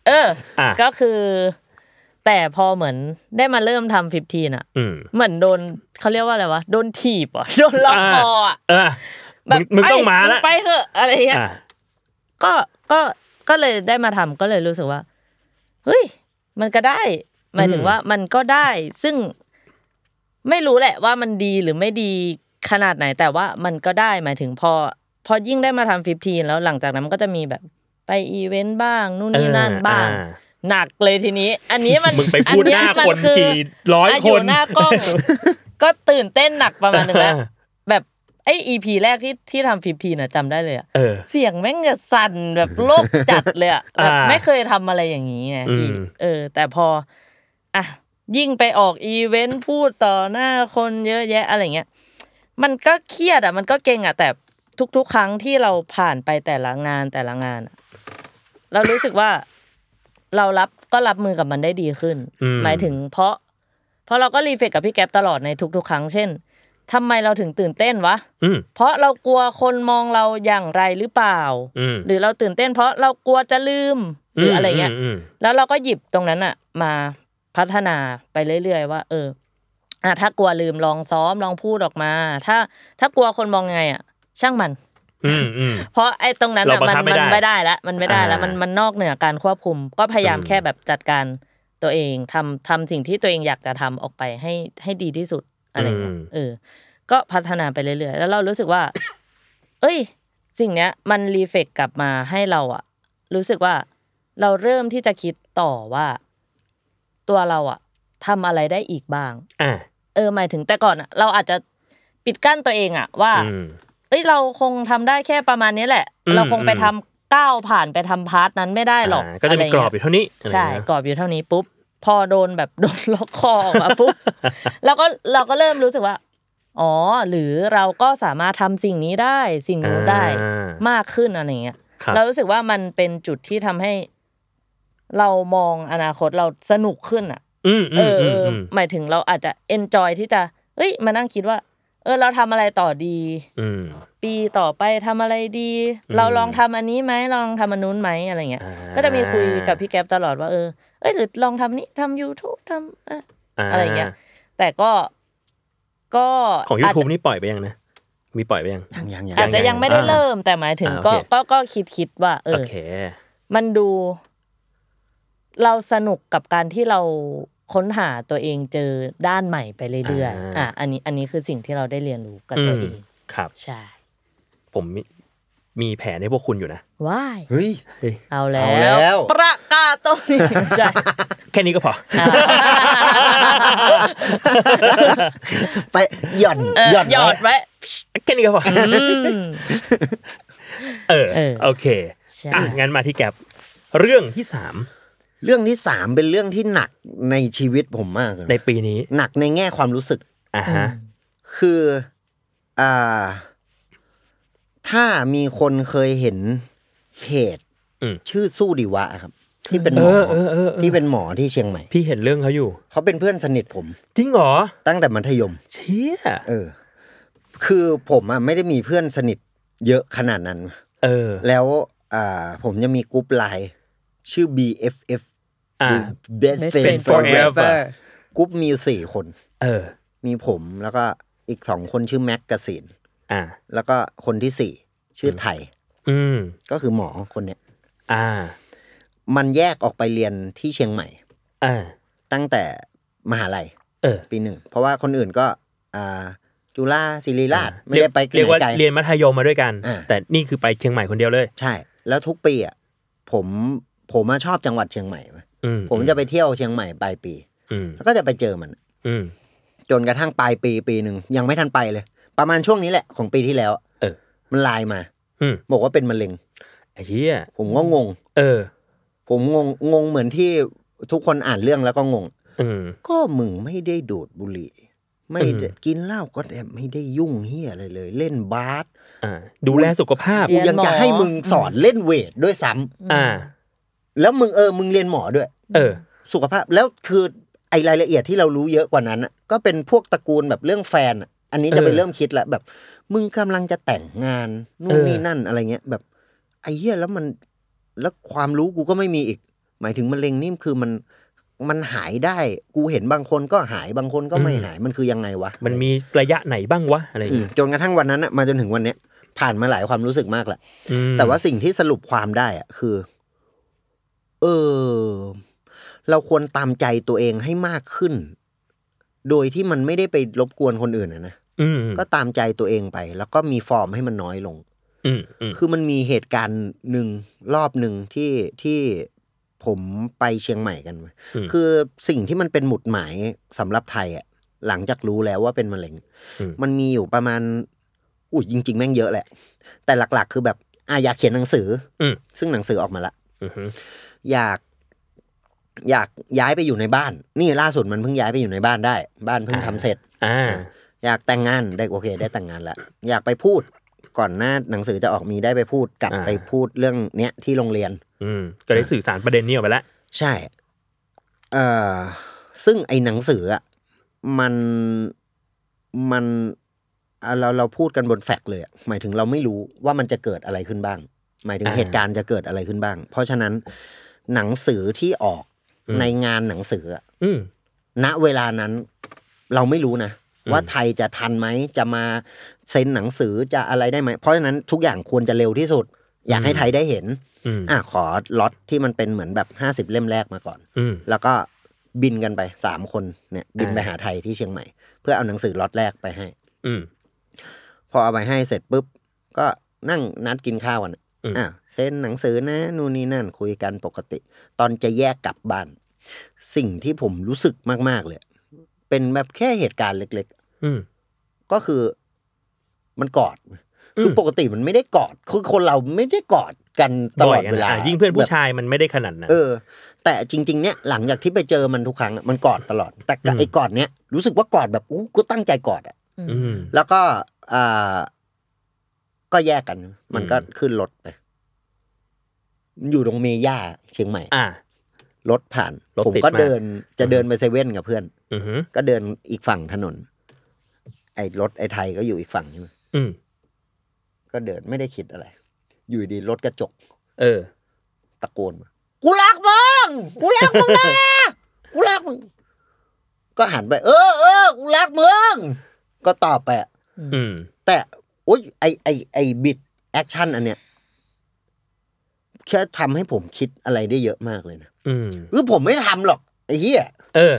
เออ
อ่ะ
ก็คือ แต่พอเหมือนได้มาเริ่มทำฟิฟทีน่ะ
อืม
เหมือนโดนเขาเรียกว่าอะไรวะ โดนถีบอ่ะ โดนล็อกคออ่ะ
เออมึงมึงต้อง
เย
มาละ
งไปเถอะอะไรเงี้ย
อ่ะ
ก็ก็ก็เลยได้มาทำก็เลยรู้สึกว่าเฮ้ย มันก็ได้ หมายถึง
อืม
ว่ามันก็ได้ ซึ่งไม่รู้แหละว่ามันดีหรือไม่ดีขนาดไหน แต่ว่ามันก็ได้หมายถึงพอ พอยิ่งได้มาทำฟิฟทีนแล้วหลังจากนั้นมันก็จะมีแบบไปอีเวนต์บ้าง นู่นนี่นั่นบ้าง
เอออ่ะ
หนักเลยทีนี้ อันนี้มัน
มึงไปพูดห
อัเย
น้า
มั
คน
อ
กี่ร้อย
ะ
คน
หน้ากล้อง ก็ตื่นเต้นหนักประมาณหนึ งแล้วแบบไอ้อีพีแรกที่ที่ทำฟิฟทีนอะจำได้เลยอะ
เออ
เสียงแม่งจะสั่นแบบโลกจัดเลยอะแบบ
อ่า
ไม่เคยทำอะไรอย่างนี้ไงพี่
อืม
เออ แต่พออ่ะยิ่งไปออกอีเวนต์พูดต่อหน้าคนเยอะแยะอะไรเงี้ยมันก็เครียดอะมันก็เก่งอะแต่ทุกๆ ครั้งที่เราผ่านไปแต่ละงานแต่ละงานอะเรารู้สึกว่าเรารับก็รับมือกับมันได้ดีขึ้น
อืม
หมายถึงเพราะ เพราะเราก็รีเฟกกับพี่แก๊ปตลอดในทุก ๆ ครั้งเช่นทำไมเราถึงตื่นเต้นวะ
อืม
เพราะเรากลัวคนมองเราอย่างไรหรือเปล่า
อืม
หรือเราตื่นเต้นเพราะเรากลัวจะลืมหรืออะไรเงี้ย
ม
แล้วเราก็หยิบตรงนั้นอะมาพัฒนาไปเรื่อยๆว่า เอออ่ะถ้ากลัวลืมลองซ้อมลองพูดออกมา ถ้า ถ้ากลัวคนมองไงอะช่างมัน
อืมอืม
เพราะไอ้ตรงนั้นอะ
เราบั
มั
ง
น
คับไม่
มัน
ได้
ไม่ได้ละมันไม่ได้ละ
อ่ามั
มันมันนอกเหนือการควบคุม ก็พยายาม
อืม
แค่แบบจัดการตัวเองทำทำสิ่งที่ตัวเองอยากจะทำออกไปให้ให้ดีที่สุดอะไรเงี้ยเออ ก็พัฒนาไปเรื่อยๆ แล้วเรารู้สึกว่า เอ้ย สิ่งเนี้ย มันรีเฟกกลับมาให้เราอะรู้สึกว่า เราเริ่มที่จะคิดต่อว่า ตัวเราอะทำอะไรได้อีกบ้าง
อ่ะ
เออ หมายถึงแต่ก่อนอะเราอาจจะปิดกั้นตัวเองอะว่า
อืม
เอ้ยเราคงทำได้แค่ประมาณนี้แหละ
อืม
เราคงไป
อืม
ทำก้าวผ่านไปทำพาร์ทนั้นไม่ได้หรอก
อ่าก็จะมีกรอบอยู่เท่านี้
ใช่
อะไรเงี้ย
กรอบอยู่เท่านี้ปุ๊บ พอโดนแบบโด นล็อกคอออกมา ปุ๊บ เราก็เราก็เริ่มรู้สึกว่า อ๋อ หรือเราก็สามารถทำสิ่งนี้ได้สิ่งนู้นได้
อ่าม
ากขึ้นอะไรเงี้ย
ครับ
เรารู้สึกว่ามันเป็นจุดที่ทำให้ เรามองอนาคตเราสนุกขึ้นอ่ะ
อืม
เอ
อืม
อ
อืม
เอออ
อืม
หมายถึงเราอาจจะ enjoy ที่จะเอ้ยมานั่งคิดว่า เออ เราทำอะไรต่อดี
อืม
ปีต่อไปทำอะไรดี
อืม
เราลองทำอันนี้ไหมเราลองทำอันนู้นไหมอะไรเงี้ย
อ่า
ก็จะมีคุยกับพี่แก๊ปตลอดว่าเออเอ้ยหรือลองทำนี้ทำ YouTube ทำเอ่ออะไรเงี้ย แต่ก็ก็
ของ
อาจจะ
YouTube นี่ปล่อยไปยังนะ มีปล่อยไปยัง
ยังยังยัง
อาจจะยังไม่ได้เริ่มแต่หมายถึง
อ่า
ก็
โอเค
ก็ก็คิดคิดว่า เอ
โอ
อ
เค
มันดู เราสนุกกับการที่เราค้นหาตัวเองเจอด้านใหม่ไปเรื่อย
อ่า
ๆอ่ะอันนี้อันนี้คือสิ่งที่เราได้เรียนรู้กับตัวเอง
ครับ
ใช่
ผมมีมีแผนให้พวกคุณอยู่นะ
ว้าย
เฮ้ย
เอาแล้
เอาแล้ว ว
ประกาศตรงนี้ใช่
แค่นี้ก็พอ
ไปหย่อน
เออ
หย่อน
หยอด
ไว้
ไว้
แค่นี้ก็พออ
อืม
เออ
เออ
โอเค
ใช่
อ่ะงั้นมาที่แกปเรื่องที่สาม
เรื่องที่สามเป็นเรื่องที่หนักในชีวิตผมมากเลย
ในปีนี้
หนักในแง่ความรู้สึก
อ่าฮะ
คืออ่า ถ้ามีคนเคยเห็นเพจ
อืม
ชื่อสู้ดีวะครับ ที่เป็นหม
เออเออเออเออ
ที่เป็นหมอที่เชียงใหม่
พี่เห็นเรื่องเขาอยู่
เขาเป็นเพื่อนสนิทผม
จริงเหรอ
ตั้งแต่มัธยม
เชี่ย
เออ คือผมอ่ะไม่ได้มีเพื่อนสนิทเยอะขนาดนั้น
เออ
แล้วอ่าผมจะมีกรุ๊ปไลน์ชื่อ BFF
อ่า
Best Friend
Friend Forever
Forever กรุ๊ปมีสี่คน
เออ
มีผมแล้วก็อีกสองคนชื่อแม็กกาซีน
อ่า
แล้วก็คนที่สี่ชื่อไทย
อืม
ก็คือหมอคนเนี้ย
อ่า
มันแยกออกไปเรียนที่เชียงใหม่
อ่า
ตั้งแต่มหาลัย
เออ
ปีหนึ่ง เพราะว่าคนอื่นก็อ่าจุฬาศิริราชไม่ได้ไป
เรียก
ไหน
ว่า
ไกล
เรียนมัธยมมาด้วยกัน
อ่า
แต่นี่คือไปเชียงใหม่คนเดียวเลย
ใช่ แล้วทุกปีอ่ะผมผมอะชอบจังหวัดเชียงใหม่เว้ย
อืม
ผมจะไปเที่ยวเชียงใหม่ปลายปี
อืม
แล้วก็จะไปเจอมัน
อืม
จนกระทั่งปลายปีปีหนึ่งยังไม่ทันไปเลย ประมาณช่วงนี้แหละของปีที่แล้ว
เออ
มันไลน์มา
อืม
บอกว่าเป็นมะเร็ง
ไอ้เหี้ย
ผมก็งง
เออ
ผมงงงงเหมือนที่ทุกคนอ่านเรื่องแล้วก็งง
อืม
ก็มึงไม่ได้ดูดบุหรี่ ไม่ได้
อืม
กินเหล้าก็แอบไม่ได้ยุ่งเฮียอะไรเลย เล่นบาส
อ่า ดูแลสุขภาพ
เรียนหมอ
ยังจะให้มึงสอนเล่นเวทด้วยซ้ำ
อ่า
แล้วมึงเออมึงเรียนหมอด้วย
เออ
สุขภาพแล้วคือไอรายละเอียดที่เรารู้เยอะกว่านั้นน่ะก็เป็นพวกตระกูลแบบเรื่องแฟนน่ะอันนี้จะ
เออ
ไปเริ่มคิดละแบบ มึงกำลังจะแต่งงานนู่
เอน อ
นี่นั่นอะไรเงี้ยแบบไอ้เหี้ยแล้วมันแล้วความรู้กูก็ไม่มีอีก หมายถึงมะเร็งนี่คือมันมันหายได้ กูเห็นบางคนก็หายบางคนก็ไม่หายมันคือยังไงวะ
มันมีระยะไหนบ้างวะ อะไรอย่าง
อืม
เงี้ย
จนกระทั่งวันนั้นน่ะมาจนถึงวันเนี้ยผ่านมาหลายความรู้สึกมากแหละ
อืม
แต่ว่าสิ่งที่สรุปความได้อะคือ เออ เราควรตามใจตัวเองให้มากขึ้น โดยที่มันไม่ได้ไปรบกวนคนอื่นอะนะ
อืม
ก็ตามใจตัวเองไป แล้วก็มีฟอร์มให้มันน้อยลง
อืมอืม
คือมันมีเหตุการณ์หนึ่งรอบหนึ่งที่ที่ผมไปเชียงใหม่กันเว้ยคือสิ่งที่มันเป็นหมุดหมายสำหรับไทยอะหลังจากรู้แล้วว่าเป็นมะเร็ง มันมีอยู่ประมาณอุ้ยจริง ๆ แม่งเยอะแหละ แต่หลัก ๆ คือแบบอ่ะอยากเขียนหนังสือ
อืม
ซึ่งหนังสือออกมาละ
อืม
อยากอยากย้ายไปอยู่ในบ้าน นี่ล่าสุดมันเพิ่งย้ายไปอยู่ในบ้านได้ บ้านเพิ่งทำเสร็จ
อ่า
อยากแต่งงานได้โอเค ได้แต่งงานละอยากไปพูด ก่อนหน้าหนังสือจะออกมีได้ไปพูดกลับ
อ่า
ไปพูดเรื่องเนี้ยที่โรงเรียน
อืมก็ได้สื่อสารประเด็นนี้ออกไปแล้ว
ใช่เอ่อซึ่งไอ้หนังสืออ่ะมันมันอ่ะเราเราพูดกันบนแฟกต์เลยอะหมายถึงเราไม่รู้ว่ามันจะเกิดอะไรขึ้นบ้าง หมายถึงเหตุการณ์จะเกิดอะไรขึ้นบ้าง เพราะฉะนั้นหนังสือที่ออกในงานหนังสืออะ
อืม
ณเวลานั้น เราไม่รู้นะว่าไทยจะทันไหมจะมาเซ็นหนังสือจะอะไรได้ไหมเพราะฉะนั้นทุกอย่างควรจะเร็วที่สุด อยากให้ไทยได้เห็น
อืม
อ่ะขอล็อตที่มันเป็นเหมือนแบบห้าสิบ50 เล่มแรกมาก่อน
อืม
แล้วก็บินกันไปสามคนเนี่ยบิน
อ่า
ไปหาไทยที่เชียงใหม่ เพื่อเอาหนังสือล็อตแรกไปให้
อืม
พอเอาไปให้เสร็จปุ๊บ ก็นั่งนัดกินข้าวกันอ่ะ
อืม
อ่ะเซ็นหนังสือนะนู่นนี่นั่นคุยกันปกติ ตอนจะแยกกลับบ้าน สิ่งที่ผมรู้สึกมาก ๆ เลย เป็นแบบแค่เหตุการณ์เล็ก
อืม
ๆ ก็คือมันกอด คืออ
ม
ปกติมันไม่ได้กอดคือคนเราไม่ได้กอดกันตลอดเวลา
บ่ยะะยิ่งเพื่อน
แบ
ผู้
บ
ชายมันไม่ได้ขนาดนั้น
เออ แต่จริง ๆ เนี่ยหลังจากที่ไปเจอมันทุกครั้งอะมันกอดตลอด แต่กับ
อืม
ไอ้กอดเนี้ยรู้สึกว่ากอดแบบอู้กูตั้งใจกอดอ่ะ
อืม
แล้วก็อ่าก็แยกกัน มันก็
อืม
ขึ้นรถไปมันอยู่ตรงเมย่าเชียงใหม่
อ่า
รถผ่าน
รถ
ผม
ติด
ก็
มาก
เดินจะเดินไปเซเว่นกับเพื่อน
อืม
ก็เดินอีกฝั่งถนน ไอ้รถไอ้ไทยก็อยู่อีกฝั่งใช่ไหม
อืม
ก็เดินไม่ได้คิดอะไร อยู่ดีรถกระจก
เออ
ตะโกนมากูรักมึง กูรักมึงนะ กูรักมึง ก็หันไป เออเออกูรักมึง ก็ตอบไปอะ
อืม
แต่โอ๊ยไอไอไอบิดแอคชั่นอันเนี้ยแค่ทำให้ผมคิดอะไรได้เยอะมากเลยนะ
อืม
คือผมไม่ทำหรอกไอ้เหี้ย
เออ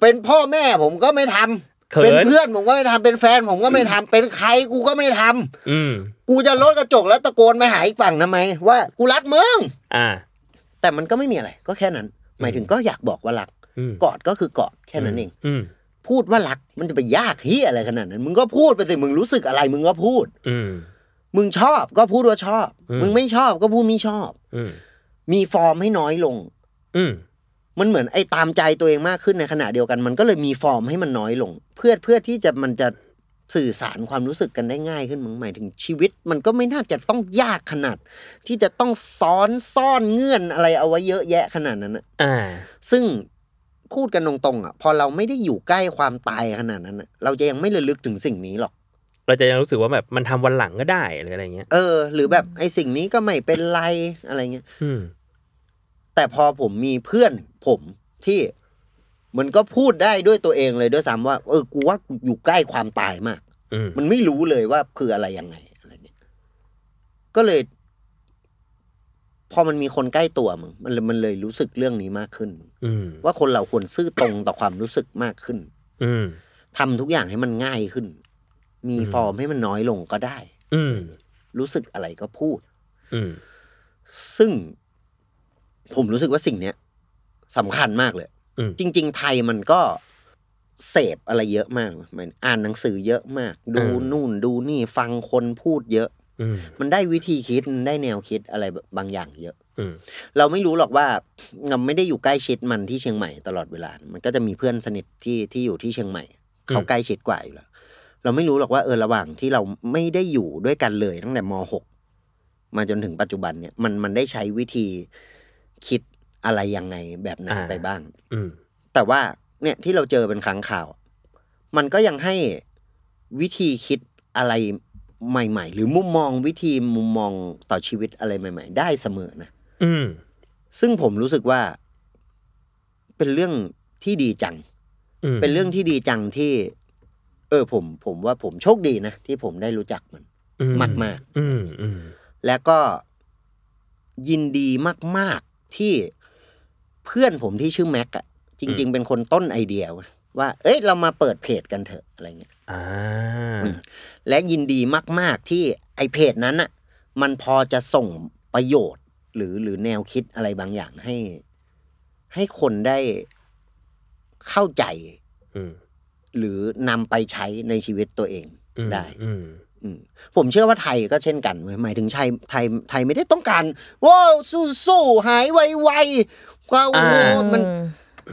เป็นพ่อแม่ผมก็ไม่ทำ
เขิน
เป็นเพื่อนผมก็ไม่ทำเป็นแฟนผมก็ไม่ทำเป็นใครกูก็ไม่ทำ
อืม
กูจะลดกระจกแล้วตะโกนไปหาอีกฝั่งทำไม ว่ากูรักมึง
อ่า
แต่มันก็ไม่มีอะไร ก็แค่นั้น หมายถึงก็อยากบอกว่ารัก
อืม
กอดก็คือกอดแค่นั้นเอง
อืม
พูดว่ารักมันจะไปยากเฮียอะไรขนาดนั้น มึงก็พูดไปสิมึงรู้สึกอะไร มึงก็พูด
อืม
มึงชอบก็พูดว่าชอบ
อืม
มึงไม่ชอบก็พูดไม่ชอบ
อืม
มีฟอร์มให้น้อยลง
อืม
มันเหมือนไอ้ตามใจตัวเองมากขึ้นในขณะเดียวกัน มันก็เลยมีฟอร์มให้มันน้อยลง เพื่อเพื่อที่จะมันจะ สื่อสารความรู้สึกกันได้ง่ายขึ้นมั้งหมายถึงชีวิต มันก็ไม่น่าจะต้องยากขนาด ที่จะต้องซ้อนซ่อนเงื่อนอะไรเอาไว้เยอะแยะขนาดนั้นอะ
อ่า
ซึ่งพูดกันตรงๆอ่ะ พอเราไม่ได้อยู่ใกล้ความตายขนาดนั้นอ่ะ เราจะยังไม่ระลึกถึงสิ่งนี้หรอก
เราจะยังรู้สึกว่าแบบมันทำวันหลังก็ได้หรืออะไรเงี้ย
เออ หรือแบบไอ้สิ่งนี้ก็ไม่เป็นไรอะไรเงี้ย
อืม
แต่พอผมมีเพื่อนผมที่มันก็พูดได้ด้วยตัวเองเลยด้วยซ้ำว่าเออกูว่ากูอยู่ใกล้ความตายมาก
อืม
มันไม่รู้เลยว่าคืออะไรยังไงอะไรเงี้ยก็เลย พอมันมีคนใกล้ตัวมึงมันเลยมันเลยรู้สึกเรื่องนี้มากขึ้น
อืม
ว่าคนเราควรซื่อตรงต่อความรู้สึกมากขึ้น
อืม
ทำทุกอย่างให้มันง่ายขึ้น มี
อืม
ฟอร์มให้มันน้อยลงก็ได้
อืม
รู้สึกอะไรก็พูด
อืม
ซึ่ง ผมรู้สึกว่าสิ่งเนี้ยสำคัญมากเลย
อืม
จริง ๆ ไทยมันก็เสพอะไรเยอะมากเหมือนอ่านหนังสือเยอะมาก ดู
เออ
นู่นดูนี่ฟังคนพูดเยอะ
อืม
มันได้วิธีคิดมันได้แนวคิดอะไรบางอย่างเยอะ
อืม
เราไม่รู้หรอกว่าเราไม่ได้อยู่ใกล้ชิดมันที่เชียงใหม่ตลอดเวลา มันก็จะมีเพื่อนสนิทที่ที่อยู่ที่เชียงใหม่ เขาใกล้ชิดกว่าอยู่แล้ว เราไม่รู้หรอกว่าเออระหว่างที่เราไม่ได้อยู่ด้วยกันเลยตั้งแต่ม .6 มาจนถึงปัจจุบันเนี่ยมันมันได้ใช้วิธีคิดอะไรยังไงแบบไหนไปบ้าง
อืม
แต่ว่าเนี่ยที่เราเจอเป็นครั้งข่าว มันก็ยังให้วิธีคิดอะไรใหม่ ๆ หรือมุมมองวิธีมุมมองต่อชีวิตอะไรใหม่ ๆ ได้เสมอนะ
อืม
ซึ่งผมรู้สึกว่าเป็นเรื่องที่ดีจัง
อืม
เป็นเรื่องที่ดีจังที่ เออผม ผมว่าผมโชคดีนะ ที่ผมได้รู้จักมัน
อื
มาก
อืมอืม
และก็ยินดีมาก ๆ ที่เพื่อนผมที่ชื่อแม็กอะจริง ๆ เป็นคนต้นไอเดียเว้ยว่า เอ้ยเรามาเปิดเพจกันเถอะอะไรเงี้ย
อ่า
และยินดีมาก ๆ ที่ไอเพจนั้นอะมันพอจะส่งประโยชน์ หรือหรือแนวคิดอะไรบางอย่างให้ ให้คนได้เข้าใจ
อืม
หรือนำไปใช้ในชีวิตตัวเอง
อืม
ได้
อืม
อืมผมเชื่อว่าไทยก็เช่นกันเว้ยหมายถึงไทยไทยไทยไม่ได้ต้องการว้าวสู้สู้หายไวไวๆว้าวโอ้โหมัน
อื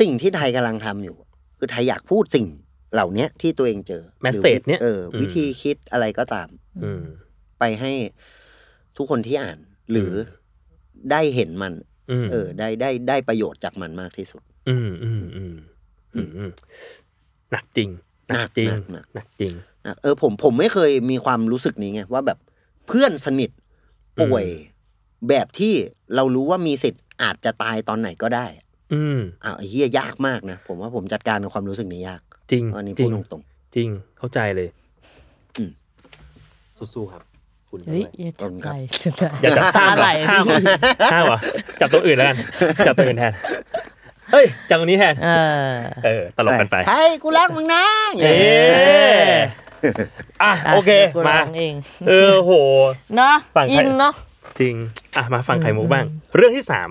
สิ่งที่ไทยกำลังทำอยู่ คือไทยอยากพูดสิ่งเหล่าเนี้ยที่ตัวเองเจอ
แมสเซจ
หรือวิ
เนี้ย
เอออ วิธีคิดอะไรก็ตาม
อืม
ไปให้ทุกคนที่อ่าน หรืออได้เห็นมัน
อืม
เออ ได้ได้ได้ประโยชน์จากมันมากที่สุด
อืมอืมอืมอืมอืมหนักจริงหนักจริง
หนักหนัก
หนักจริง
นะเออผมผมไม่เคยมีความรู้สึกนี้ไงว่าแบบเพื่อนสนิทป่วย แบบที่เรารู้ว่ามีสิทธิ์อาจจะตายตอนไหนก็ได้
อืม
อ้าวไอ้เฮียยากมากนะ ผมว่าผมจัดการกับความรู้สึกนี้ยาก
จริง
อันนี้
จ
พู
ริ
ด
ง
ตรง
จริงเข้าใจเลย
ๆอืม
สู้ๆครับ คุณ
เฮ้ยอย่าจับไหล่จับไหล่
อย่าจับข้าม
ไหล่
ข้ามข้ามเหรอจับตัวอื่นแล้วกัน จับตัวอื่นแทนเอ้ยจับตรงนี้แทน
เออ
เออ ตลกกันไป
ไทยกูรักมึงนะ
เอ๊ะอ่ะโอเค
กู
มา
ร้องเอง
เออโห
เนาะ
ฝั่งใคร
อินเนาะ
จริงอ่ะมาฟังไข่มุกบ้าง เรื่องที่สาม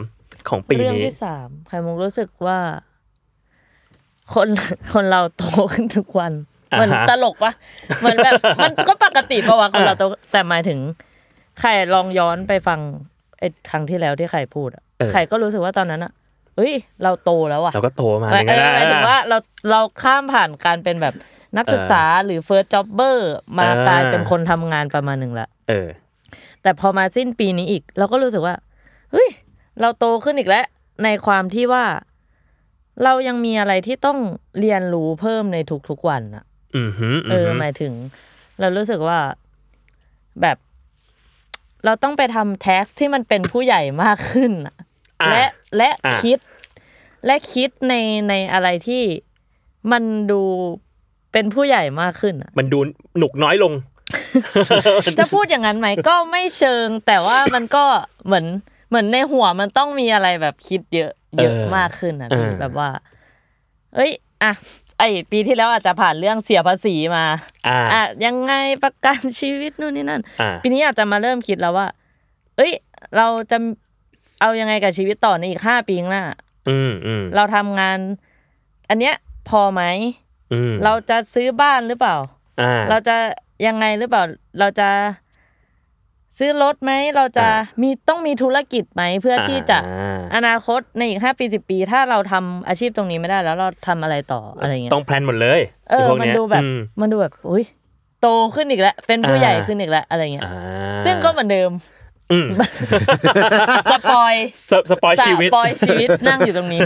ของปี
เรื่อง
นี้
ที่สามไข่มุกรู้สึกว่า คนคนเราโตขึ้นทุกวันมันตลกปะเหมือน แบบมันก็ปกติปะวะคนเราโตแต่หมายถึงไข่ลองย้อนไปฟังไอ้ครั้งที่แล้วที่ไข่พูดอะไข่ก็รู้สึกว่าตอนนั้นอะเฮ้ย เราโตแล้วอะ
เราก็โตมา
หมา
อย ย่างนั้นนะ
หมายถึงว่าเราเราข้ามผ่านการเป็นแบบนักศึกษาหรือ first jobber มา
เออ
กลายเป็นคนทำงานประมาณหนึ่งละ
เออ
แต่พอมาสิ้นปีนี้อีก เราก็รู้สึกว่าเฮ้ยเราโตขึ้นอีกแล้ว ในความที่ว่า เรายังมีอะไรที่ต้องเรียนรู้เพิ่มในทุกๆวันอะ
อือหือ
เอ
หื
อหมายถึง เรารู้สึกว่าแบบ เราต้องไปทำแท็กที่มันเป็นผู้ใหญ่มากขึ้นอะ
อ่
และและ
อ่ะ
คิด และคิดในในอะไรที่มันดูเป็นผู้ใหญ่มากขึ้นอะ
มันดูหนุกน้อยลง
จะพูดอย่างนั้นไหม ก็ไม่เชิง แต่ว่ามันก็เหมือนเหมือนในหัวมันต้องมีอะไรแบบคิดเยอะ เยอะ
เออ
มากขึ้นอะพี่
เออ
แบบว่า เอ้ยอ่ะไอปีที่แล้วอาจจะผ่านเรื่องเสียภาษีมา
อ่า
อ่ะยังไงประกันชีวิตนู่นนี่นั่น
อ่า
ปีนี้อาจจะมาเริ่มคิดแล้วว่า เอ้ย เราจะเอายังไงกับชีวิตต่อในอีกห้าปีข้างหน้า
อืมอืม
เราทำงาน อันเนี้ยพอไหม
อืม
เราจะซื้อบ้านหรือเปล่า
อ่า
เราจะยังไงหรือเปล่า เราจะ ซื้อรถไหมเราจะ
อ่า
มีต้องมีธุรกิจไหมเพื่อที่จะ
อ่า
อนาคตในอีกห้าปีสิบปี ถ้าเราทำอาชีพตรงนี้ไม่ได้แล้วเราทำอะไรต่ออะไรเงี้ย
ต้องแพลนหมดเลย
เออ
ไพวก
มัน
ย
ดูแบบ
อืม
มันดูแบบอุ้ยโตขึ้นอีกแล้วเป็นผู้ใหญ่
อ่า
ขึ้นอีกแล้วอะไรเงี้ย
อ่า
ซึ่งก็เหมือนเดิม
อืม
สปอย
สปสปอยชีวิต
สะปอยชีวิต นั่งอยู่ตรงนี้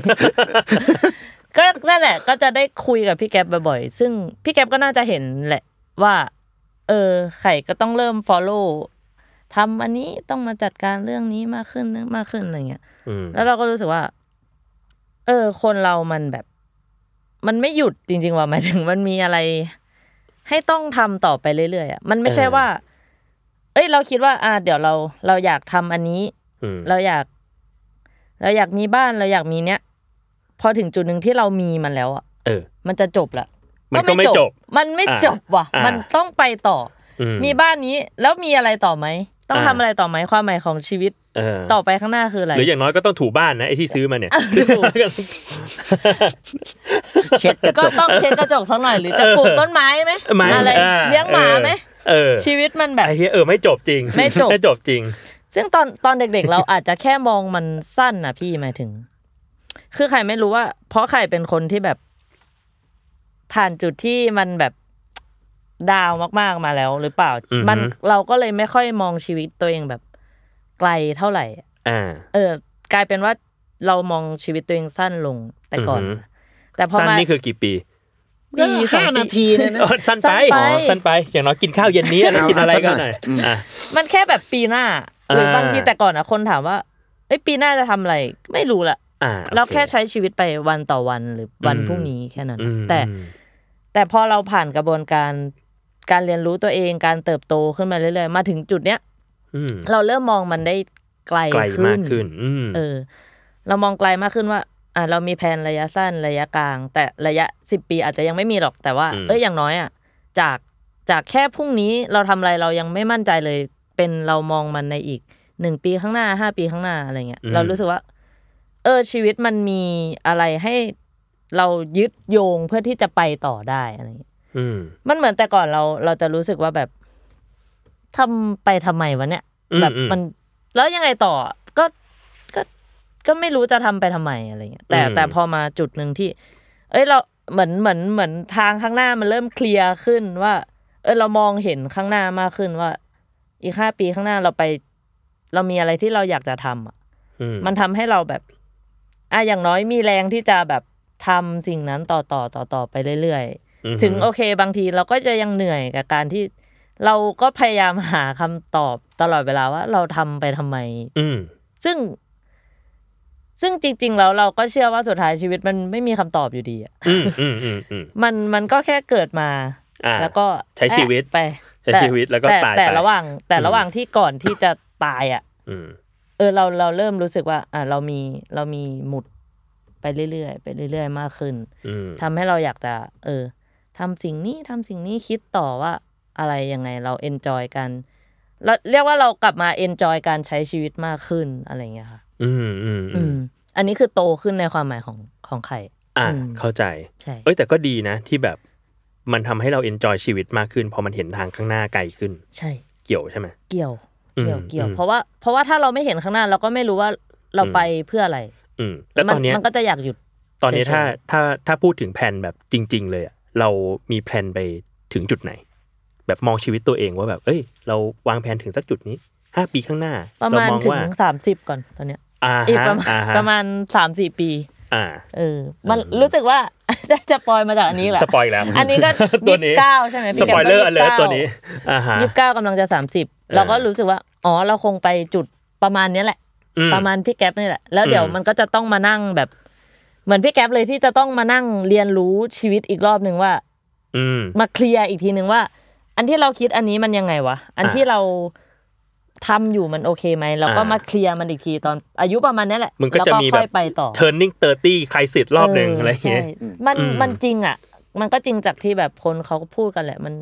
ก็นั่นแหละ ก็จะได้คุยกับพี่แก๊ปบ่อยๆ ซึ่งพี่แก๊ปก็น่าจะเห็นแหละว่า เออ ไข่ก็ต้องเริ่ม follow ทำอันนี้ต้องมาจัดการเรื่องนี้มากขึ้นมากขึ้นอะไรเงี้ย
อืม
แล้วเราก็รู้สึกว่า เออ คนเรามันแบบ มันไม่หยุดจริง ๆ ว่าหมายถึง มันมีอะไร ให้ต้องทำต่อไปเรื่อยๆอ่ะ มันไม่ใช่
เออ
ว่า เอ้ย เราคิดว่า อ่า เดี๋ยวเรา เราอยากทำอันนี้
อืม
เราอยาก เราอยากมีบ้านเราอยากมีเนี้ยพอถึงจุดหนึ่งที่เรามีมันแล้วอ่ะ
เออ
มันจะจบละ
มันก็ไม่จบ
มันไม่
อ่า
จบว่ะ
อ่ามั
มันต้องไปต่อ
อื
อมีบ้านนี้แล้วมีอะไรต่อไหมต้องทำอะไรต่อไหมความหมายของชีวิต
เออ
ต่อไปข้างหน้าคืออะไร
ห รืออย่างน้อยก็ต้องถูบ้านนะไอ้ที่ซื้อมาเนี่ย
เช็ดกระ
ก็
จก
ต้องเช็ดกระจกสักหน่อย หรือจะปลูกต้นไม้ไหม
ไม้
อะไร
อ่
เลี้ยงหมาไหม
เออ
ชีวิตมันแบบ
ไอ้เหี้ยเออไม่จบจริง
ไม่จบ
ไม่จบจริง
ซึ่งตอนตอนเด็กๆ เราอาจจะแค่มองมันสั้นนะพี่หมายถึง คือใครไม่รู้ว่า เพราะใครเป็นคนที่แบบ ผ่านจุดที่มันแบบดาวมากๆมาแล้ว หรือเปล่า
อือฮึ
มันเราก็เลยไม่ค่อยมองชีวิตตัวเองแบบ ไกลเท่าไหร่
อ่า
เออ กลายเป็นว่าเรามองชีวิตตัวเองสั้นลงแต่ก่อน
อือฮึ
แต่พอ
สั้น
มา
นี่คือกี่ปี
ก็
ก็
สอ
ห้าง
ปี
นาทีเนี่ยนะ
เออสั้นไป
สั้นไป
อ๋อสั้นไป อย่างน้อยกินข้าวเย็นนี้แล้ว
เอา
กินอะไร
เอาสั
ก็
ก
ห
ห
น่
น่
อ
อย ย
อ่ะ
มันแค่แบบปีหน้า
อ่า
หรือบางทีแต่ก่อนอะคนถามว่าเอ้ยปีหน้าจะทำอะไรไม่รู้ละ
อ่าโอ
เราแค่ใช้ชีวิตไปวันต่อวันหรือวัน
อืม
พรุ่งนี้แค่นั้น
อืม
แต่
อืม
แต่พอเราผ่านกระบวนการการเรียนรู้ตัวเองการเติบโตขึ้นมาเรื่อยๆ มาถึงจุดเนี้ย
อืม
เราเริ่มมองมันได้ไกล
ไกล
ขึ้น
มากขึ้น อืม
เออ เรามองไกลมากขึ้นว่าอ่ะเรามีแผนระยะสั้นระยะกลาง แต่ระยะสิบปีอาจจะยังไม่มีหรอกแต่ว่า เอ้ยอย่างน้อยอ่ะจากจากแค่พรุ่งนี้เราทำอะไรเรายังไม่มั่นใจเลย เป็นเรามองมันในอีกหนึ่งปีข้างหน้าห้าปีข้างหน้าอะไรเงี้ยเรารู้สึกว่า เออชีวิตมันมีอะไรให้เรายึดโยงเพื่อที่จะไปต่อได้อะไรอย่างเงี้ย
อืม
มันเหมือนแต่ก่อนเราเราจะรู้สึกว่าแบบทำไปทำไมวะเนี่ย
อืม
แบบ
อืม
มันแล้วยังไงต่อก็ก็ก็ไม่รู้จะทำไปทำไมอะไรเงี้ยแต่
อืม
แต่พอมาจุดหนึ่งที่ เอ้ยเราเหมือนเหมือนเหมือนทางข้างหน้ามันเริ่มเคลียร์ขึ้นว่า เออเรามองเห็นข้างหน้ามากขึ้นว่า อีกห้าปีข้างหน้าเราไป เรามีอะไรที่เราอยากจะทำอ่ะ
อืม
มันทำให้เราแบบอ่ะอย่างน้อยมีแรงที่จะแบบทำสิ่งนั้นต่อต่อต่อต่อไปเรื่อยๆ ถึงโอเคบางทีเราก็จะยังเหนื่อยกับการที่ เราก็พยายามหาคำตอบตลอดเวลาว่า เราทำไปทำไม
อืม
ซึ่ง ซึ่งจริง ๆ แล้วเราก็เชื่อว่าสุดท้ายชีวิตมันไม่มีคำตอบอยู่ดีอะ
อืมอืมอืมอืม
มันมันก็แค่เกิดมา
อ่า
แล้วก็
ใช้ชีวิต
ไป
ใช้ชีวิตแล้วก็
แต่
ตายไป
แต่ระหว่าง แต่ระหว่างที่ก่อนที่จะตายอ่ะ
อืม
เออเราเราเริ่มรู้สึกว่า อ่ะเรามีเรามีหมุดไปเรื่อยๆไปเรื่อยๆ มากขึ้น
อืม
ทำให้เราอยากจะ เออทำสิ่งนี้ทำสิ่งนี้คิดต่อว่า อะไรยังไงเราเอนจอยกันเราเรียกว่าเรากลับมาเอนจอยการใช้ชีวิตมากขึ้นอะไรอย่างเงี้ยค่ะ
อืมอืม
อื
อืม
ม อันนี้คือโตขึ้นในความหมายของของไข่
อ่า
อืม
เข้าใจ
ใช่
เอ้ยแต่ก็ดีนะที่แบบมันทำให้เราเอนจอยชีวิตมากขึ้นพอมันเห็นทางข้างหน้าไกลขึ้น
ใช่
เกี่ยวใช่ไหม
เกี่ยว
อืม
เกี่ยวเกี่ยว
อืม
เพราะว่าเพราะว่าถ้าเราไม่เห็นข้างหน้า เราก็ไม่รู้ว่าเราไปเพื่ออะไร
อืม แล้ว
มั
ตอนเนี้ย
มันก็จะอยากหยุด
ตอนเนี้ย
เฉยๆ
ถ้าถ้าถ้าพูดถึงแผนแบบจริง ๆ เลยอะเรามีแผนไปถึงจุดไหน แบบมองชีวิตตัวเองว่าแบบ เอ้ย เราวางแผนถึงสักจุดนี้ห้าปีข้างหน้า
ประ
เรา
มาณ
มอง
ถึง
ว่า
สามสิบก่อนตอนเนี้ย
อ่า
อีก
ฮะ
ประมาณ
อ่าฮะ
ประมาณสามสี่ปี
อ่า
เออ มัน
เออ
รู้สึกว่า ได้จะปอยมาจากอันนี้แหละ
สปอยแล้ว
อันนี้ก็
ตัว
ยี่
นี้
สิบเก้าใช่ไหม
ส
พี่แก
ปอยเลอร์อันเล
ยี่สิบก้า
ตัวนี้อ่าฮะ
ยี่สิบเก้ากำลังจะสามสิบเราก็รู้สึกว่า อ๋อเราคงไปจุดประมาณเนี้ยแหละ
อืม
ประมาณพี่แก๊ปนี่แหละ แล้วเดี๋ยว
อืม
มันก็จะต้องมานั่งแบบ เหมือนพี่แก๊ปเลยที่จะต้องมานั่งเรียนรู้ชีวิตอีกรอบหนึ่งว่า
อืม
มาเคลียร์อีกทีหนึ่งว่า อันที่เราคิดอันนี้มันยังไงวะ อัน
อ่า
ที่เราทำอยู่มันโอเคไหมเราก็
อ่าม
มาเคลียร์มันอีกทีตอนอายุประมาณนี้แหละ
มันก็
แล้ว
จะ
ก็
มี
ค่
แบ
อย
บ
ไปต่อ
turning 30ใครสิทธิ์รอบหนึ่งอะไรอย่างเงี้ย
ใช่มัน
อืม
มันจริงอ่ะ มันก็จริงจากที่แบบคนเขาก็พูดกันแหละ มัน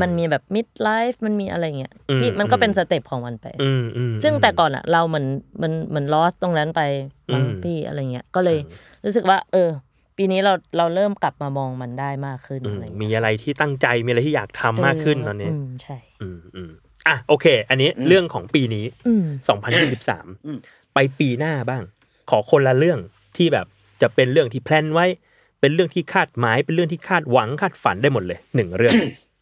มันมีแบบ mid life มันมีอะไรเงี้ย
อืม
ที่มันก็เป็น
อืม
สเต็ปของมันไป
อืมอืม
ซึ่งแต่ก่อนอ่ะ เราเหมือนเหมันเหมือน lost ตรงนั้นไปมั้ง
อืม
พี่อะไรเงี้ย ก็เลยรู้สึกว่า เออ ปีนี้เราเราเริ่มกลับมามองมันได้มากขึ้น
อืม
อะไรเงี้ย
มีอะไรที่ตั้งใจมีอะไรที่อยากทำมากขึ้นตอนนี้
อืมใช่
อืมอืม อ่ะโอเค อันนี้เรื่องของปีนี้
อืม
อืม
2023 ไปปีหน้าบ้าง ขอคนละเรื่องที่แบบจะเป็นเรื่องที่แพลนไว้ เป็นเรื่องที่คาดหมาย เป็นเรื่องที่คาดหวังคาดฝันได้หมดเลยหนึ่งเรื่อง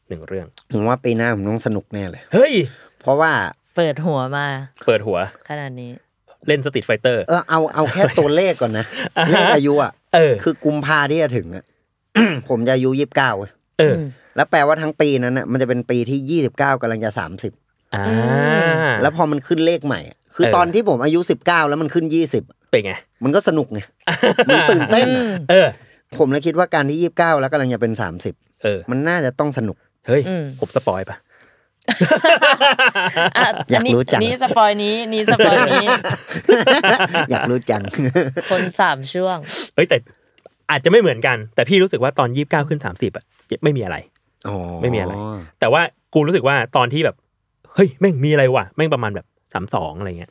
หนึ่งเรื่อง
ผมว่าปีหน้าผมต้องสนุกแน่เลย
เฮ้ย
เพราะว่า
เปิดหัวมา
เปิดหัว
ขนาดนี้
เล่นสตรีทไฟเตอร์
เออเอาเอาแค่ตัวเลขก่อนนะ เลขอายุอ่ะ
เออ
คือกุมภาที่จะถึงอ่ะ ผมจะอายุยี่สิบเก้า
เออ
แล้วแปลว่าทั้งปีนั้นอ่ะมันจะเป็นปีที่ยี่สิบเก้ากำลังจะสามสิบ
อ่า
แล้วพอมันขึ้นเลขใหม่อะคือ
เออ
ตอนที่ผมอายุสิบเก้าแล้วมันขึ้นยี่สิบ
เป็นไง
มันก็สนุก ไง มันตื่นเต้นอะ
เออ
ผมเลยคิดว่าการที่ยี่สิบเก้าแล้วกำลังจะเป็นสามสิบ
เออ
มันน่าจะต้องสนุก
เฮ้ย
อืม
ผมสปอยปะ
อ่ะ
อยากรู้จัง
นี้สปอยนี้นี้สปอยนี้
อยากรู้จัง
คนสามช่วง
เอ้ยแต่อาจจะไม่เหมือนกัน แต่พี่รู้สึกว่าตอนยี่สิบเก้าขึ้นสามสิบอะไม่มีอะไร
อ๋อ
ไม่มีอะไร แต่ว่ากูรู้สึกว่าตอนที่แบบ เฮ้ยแม่งมีอะไรวะแม่งประมาณแบบสามสองอะไรเงี้ย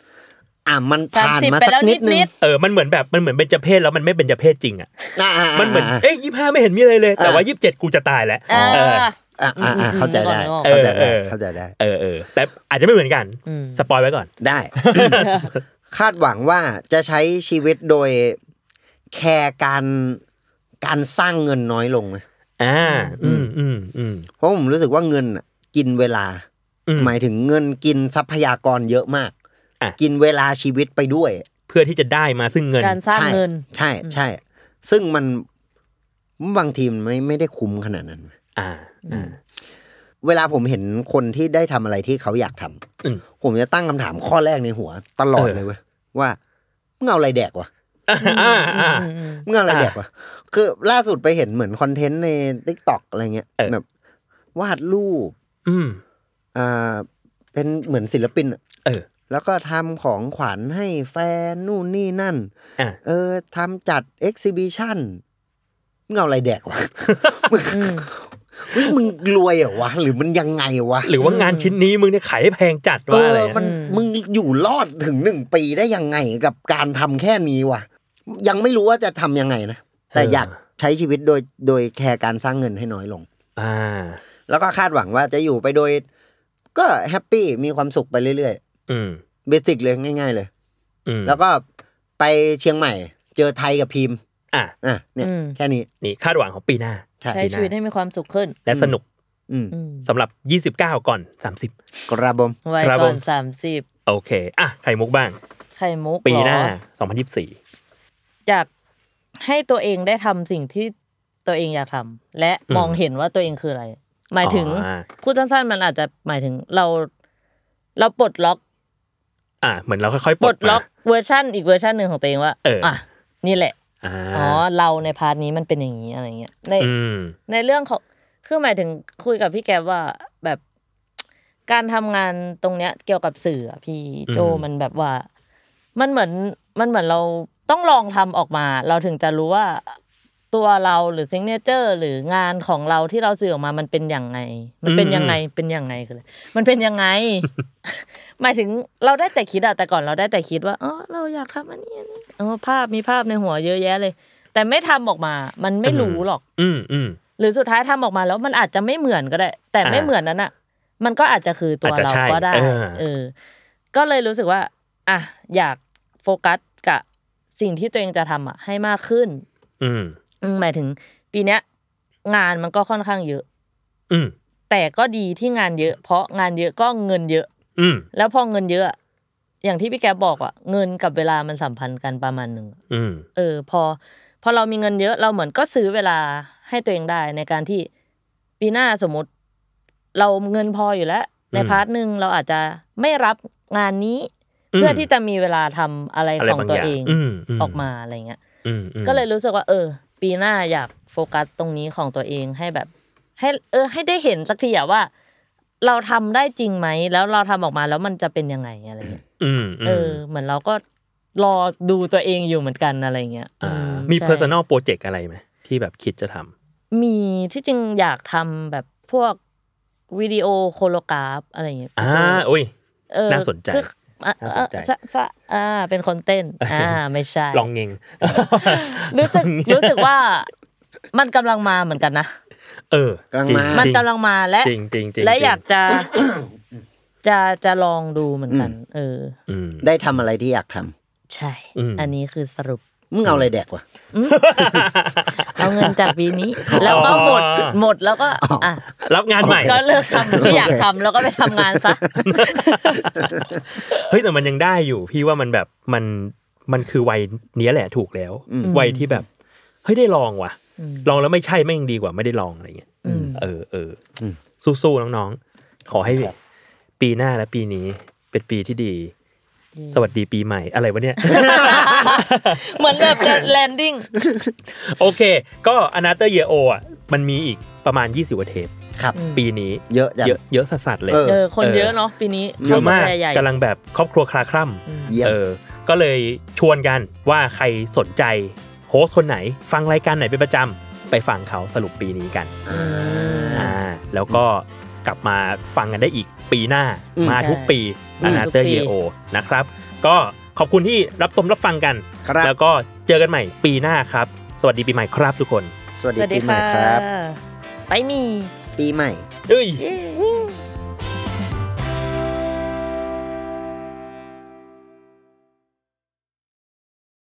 อ่ะมันผ่าน
30
มา
ไป
สั
แล้ว
กนิดนึง
นิด
เออมันเหมือนแบบมันเหมือนเบญจเพศแล้วมันไม่เบญจเพศจริงอะ
อ่ะอ่ะะ
มันเหมือนเอ้ยยี่ห้าไม่เห็นมีอะไรเลย แต่ว่ายี่สิบเจ็ดกูจะตายแล้ว
อ่า
เออ
อ่ะอ่ะอ่ะเข้าใจได้
เออ
เข้าใจได้
เออ
เข้าใจได้
เออเออแต่อาจจะไม่เหมือนกัน
อืม
สปอยไว้ก่อน
ได้ คาดหวังว่าจะใช้ชีวิตโดยแคร์การการสร้างเงินน้อยลงไหม
อ่า อืมอืมอืม
เพราะผมรู้สึกว่าเงินน่ะกินเวลา
อืม
หมายถึงเงินกินทรัพยากรเยอะมาก
อ่ะ
กินเวลาชีวิตไปด้วย
เพื่อที่จะได้มาซึ่งเงิน
การสร้าง
ใช่
เงิน
ใช่ใช่ ซึ่งมันบางทีมันไม่ไม่ได้คุ้มขนาดนั้น
อ่า อ่า
เวลาผมเห็นคนที่ได้ทำอะไรที่เขาอยากทำ
อืม
ผมจะตั้งคำถามข้อแรกในหัว ตลอด
เออ
เลยเว้ยว่ามึงเอาอะไรแดกวะ
อ่าอ่า
เมื่ออะไรเด็กวะคือล่าสุดไปเห็นเหมือนคอนเทนต์ใน t ิ k t o k อะไรเงี้ย
เออ
แบบ วาดรูป
อืม
อ่าเป็นเหมือนศิลปินอะ
เออ
แล้วก็ทำของขวัญให้แฟนนู่นนี่นั่น
อ่า
เออทำจัดเอ็กซิบิชันมึงเอาอะไรแดก วะเฮ้ยมึงรวยเหรอวะ หรือมันยังไงวะ
หรือว่างานชิ้นนี้มึงเนี่ยขายให้แพงจัด
เอ
ว่าอะไร
อ
อะ
มันมึงอยู่รอดถึงหนึ่งปีได้ยังไงกับการทำแค่นี้วะยังไม่รู้ว่าจะทำยังไงนะ แต่อยากใช้ชีวิตโดยโดยแคร์การสร้างเงินให้น้อยลง
อ่า
แล้วก็คาดหวังว่าจะอยู่ไปโดย ก็แฮปปี้มีความสุขไปเรื่อย
อืม
ๆเบสิกเลยง่าย ๆ เลย
อืม
แล้วก็ไปเชียงใหม่ เจอไทยกับพิมพ์
อ่ะ
อ่ะเนี่ย
อืม
แค่นี้
นี่คาดหวังของปีหน้า
ใช่
ใช้ชีวิตให้มีความสุขขึ้น
และสนุก
อืม
อืม
สำหรับ 29 ก่อน 30
กระบอม
ไว้
ครับผ
ก่อ
ม
นสามสิบ
โอเค อ่ะ ไข่มุกบ้าง
ไข่มุก
ปีหน้า
เรอ
2024
อยากให้ตัวเองได้ทำสิ่งที่ตัวเองอยากทำและ
อืม
มองเห็นว่าตัวเองคืออะไร หมายถึง
อ่า
พูดสั้นๆมันอาจจะหมายถึงเรา เราปลดล็อก
อ่ะ เหมือนเราค่อยๆ
ป
ป
ล
ล
ด
ด
ล็อก
มา
เวอร์ชันอีกเวอร์ชันหนึ่งของตัวเองว่า
เอออ่
นี่แหละ
อ่า
อ๋อ เราในพาร์ทนี้มันเป็นอย่างนี้อะไรเงี้ย ใน
อืม
ในเรื่องของ คือหมายถึงคุยกับพี่แกบว่าแบบ การทำงานตรงเนี้ย เกี่ยวกับสื่ออะพี่โจ
อืม
มันแบบว่า มันเหมือน มันเหมือนเราต้องลองทำออกมา เราถึงจะรู้ว่าตัวเราหรือซิงเนเจอร์หรืองานของเราที่เราสื่อออกมามันเป็นอย่างไง มันเป็นยังไง เป็นยังไงคืออะไรมันเป็นยังไง หมายถึงเราได้แต่คิดอะแต่ก่อนเราได้แต่คิดว่าอ๋อเราอยากทำอันนี้อันนี้อ๋อภาพมีภาพในหัวเยอะแยะเลย แต่ไม่ทำออกมา มันไม่รู้หรอก
อืมอืม
หรือสุดท้ายทำออกมาแล้วมันอาจจะไม่เหมือนก็ได้ แต่ไม่
อ่า
เหมือนนั้นอ่ะ มันก็อาจจะคือตัว
อาจจะ
เรา
ใช่
ก็ได้
เออ
เออ ก็เลยรู้สึกว่า อ่ะอยากโฟกัสกับสิ่งที่ตัวเองจะทำอ่ะ ให้มากขึ้น
อืม
อืมหมายถึง ปีเนี้ย งานมันก็ค่อนข้างเยอะ
อืม
แต่ก็ดีที่งานเยอะ เพราะงานเยอะก็เงินเยอะ
อืม
แล้วพอเงินเยอะอะอย่างที่พี่แกบอกอ่ะเงินกับเวลามันสัมพันธ์กันประมาณหนึ่ง
อืม
เออพอพอเรามีเงินเยอะเราเหมือนก็ซื้อเวลาให้ตัวเองได้ในการที่ปีหน้าสมมติ เราเงินพออยู่แล้ว ใน
อืม
พาร์ทหนึ่งเราอาจจะไม่รับงานนี้
อืม
เพื่อที่จะมีเวลาทำอะไร
อะไร
ของ
บาง
ตัว
อย่าง
เอง
อืมม
ออกมาอะไรเงี้ย
อืมอืม
ก็เลยรู้สึกว่า เออ ปีหน้าอยากโฟกัสตรงนี้ของตัวเองให้แบบ ให้เออ ให้ได้เห็นสักทีอะว่า เราทำได้จริงไหมแล้วเราทำออกมาแล้วมันจะเป็นยังไงอะไรเงี้ย
อืมม
เออ เหมือนเราก็รอดูตัวเองอยู่เหมือนกันอะไรเงี้ย
อ่า
อื
มี
ใช่
personal project อะไรไหมที่แบบคิดจะทำ
มีที่จริงอยากทำแบบพวกวิดีโอโคโลกราฟอะไรอย่างเงี้ย
อ่าอุ้ย
เออ
น่าสนใจ
คืออ่ะ
น่าสนใจ
อ่ะซะซะอ่า เป็นคนเต้น อ่า ไม่ใช่
ลองเง ง
รู้ สึกรู้สึกว่ามันกำลังมาเหมือนกันนะ
เออจริ
กำลังมา
จ
มัน
ริ
กำลังมาและ
จริงจริงจริง
และ
จริง
อยากจะ จะจะลองดูเหมือนกัน เออ
อืม
ได้ทำอะไรที่อยากทำ
ใช่
อืม
อันนี้คือสรุป
มึงเอาอะไรแดกวะ
เอาเงินจากปีนี้ แล้วก็หมดหมดแล้วก็อ่ะ
รับงานใหม่
ก็เลิกทำที่อยากทำแล้วก็ไปทำงานซะ
เฮ้ยแต่มันยังได้อยู่ พี่ว่ามันแบบมันมันคือวัยเนี้ยแหละถูกแล้ววัยที่แบบเฮ้ยได้ลองว่ะ ลองแล้วไม่ใช่แม่งดีกว่าไม่ได้ลองอะไรเงี้ยเออเอออสู้ๆน้องๆ ขอให้ปีหน้าและปีนี้เป็นปีที่ดี สวัสดีปีใหม่อะไรวะเนี่ย
เหมือนแบบจะแลนดิ้ง
โอเค ก็อนาเตอร์เยโออ่ะมันมีอีกประมาณ 20กว่าเทป
ครับ
ปีนี้
เยอะจัง
เยอะเยอะสัสๆเลย
เออ
เออ คนเยอะเนาะปีนี้
เยอะมาก
ครบครัวใหญ่
กำลังแบบครอบครัวคลาคร่ำ
เยี่ยม
เออ ก็เลยชวนกันว่าใครสนใจโฮสต์คนไหน ฟังรายการไหนเป็นประจำ ไปฟังเขาสรุปปีนี้กัน อ่า แล้วก็กลับมาฟังกันได้อีกปีหน้า มาทุกปีอนาเตอร์เยโอนะครับ ก็ขอบคุณที่รับชมรับฟังกัน
ครับ
แล้วก็เจอกันใหม่ปีหน้าครับ สวัสดีปีใหม่ครับทุกคน
สวัส
ส
ดี
วัสดี
ปีใหม่
ค่ะ
ครับ
ไปมี
ปีใหม่
เอ้ย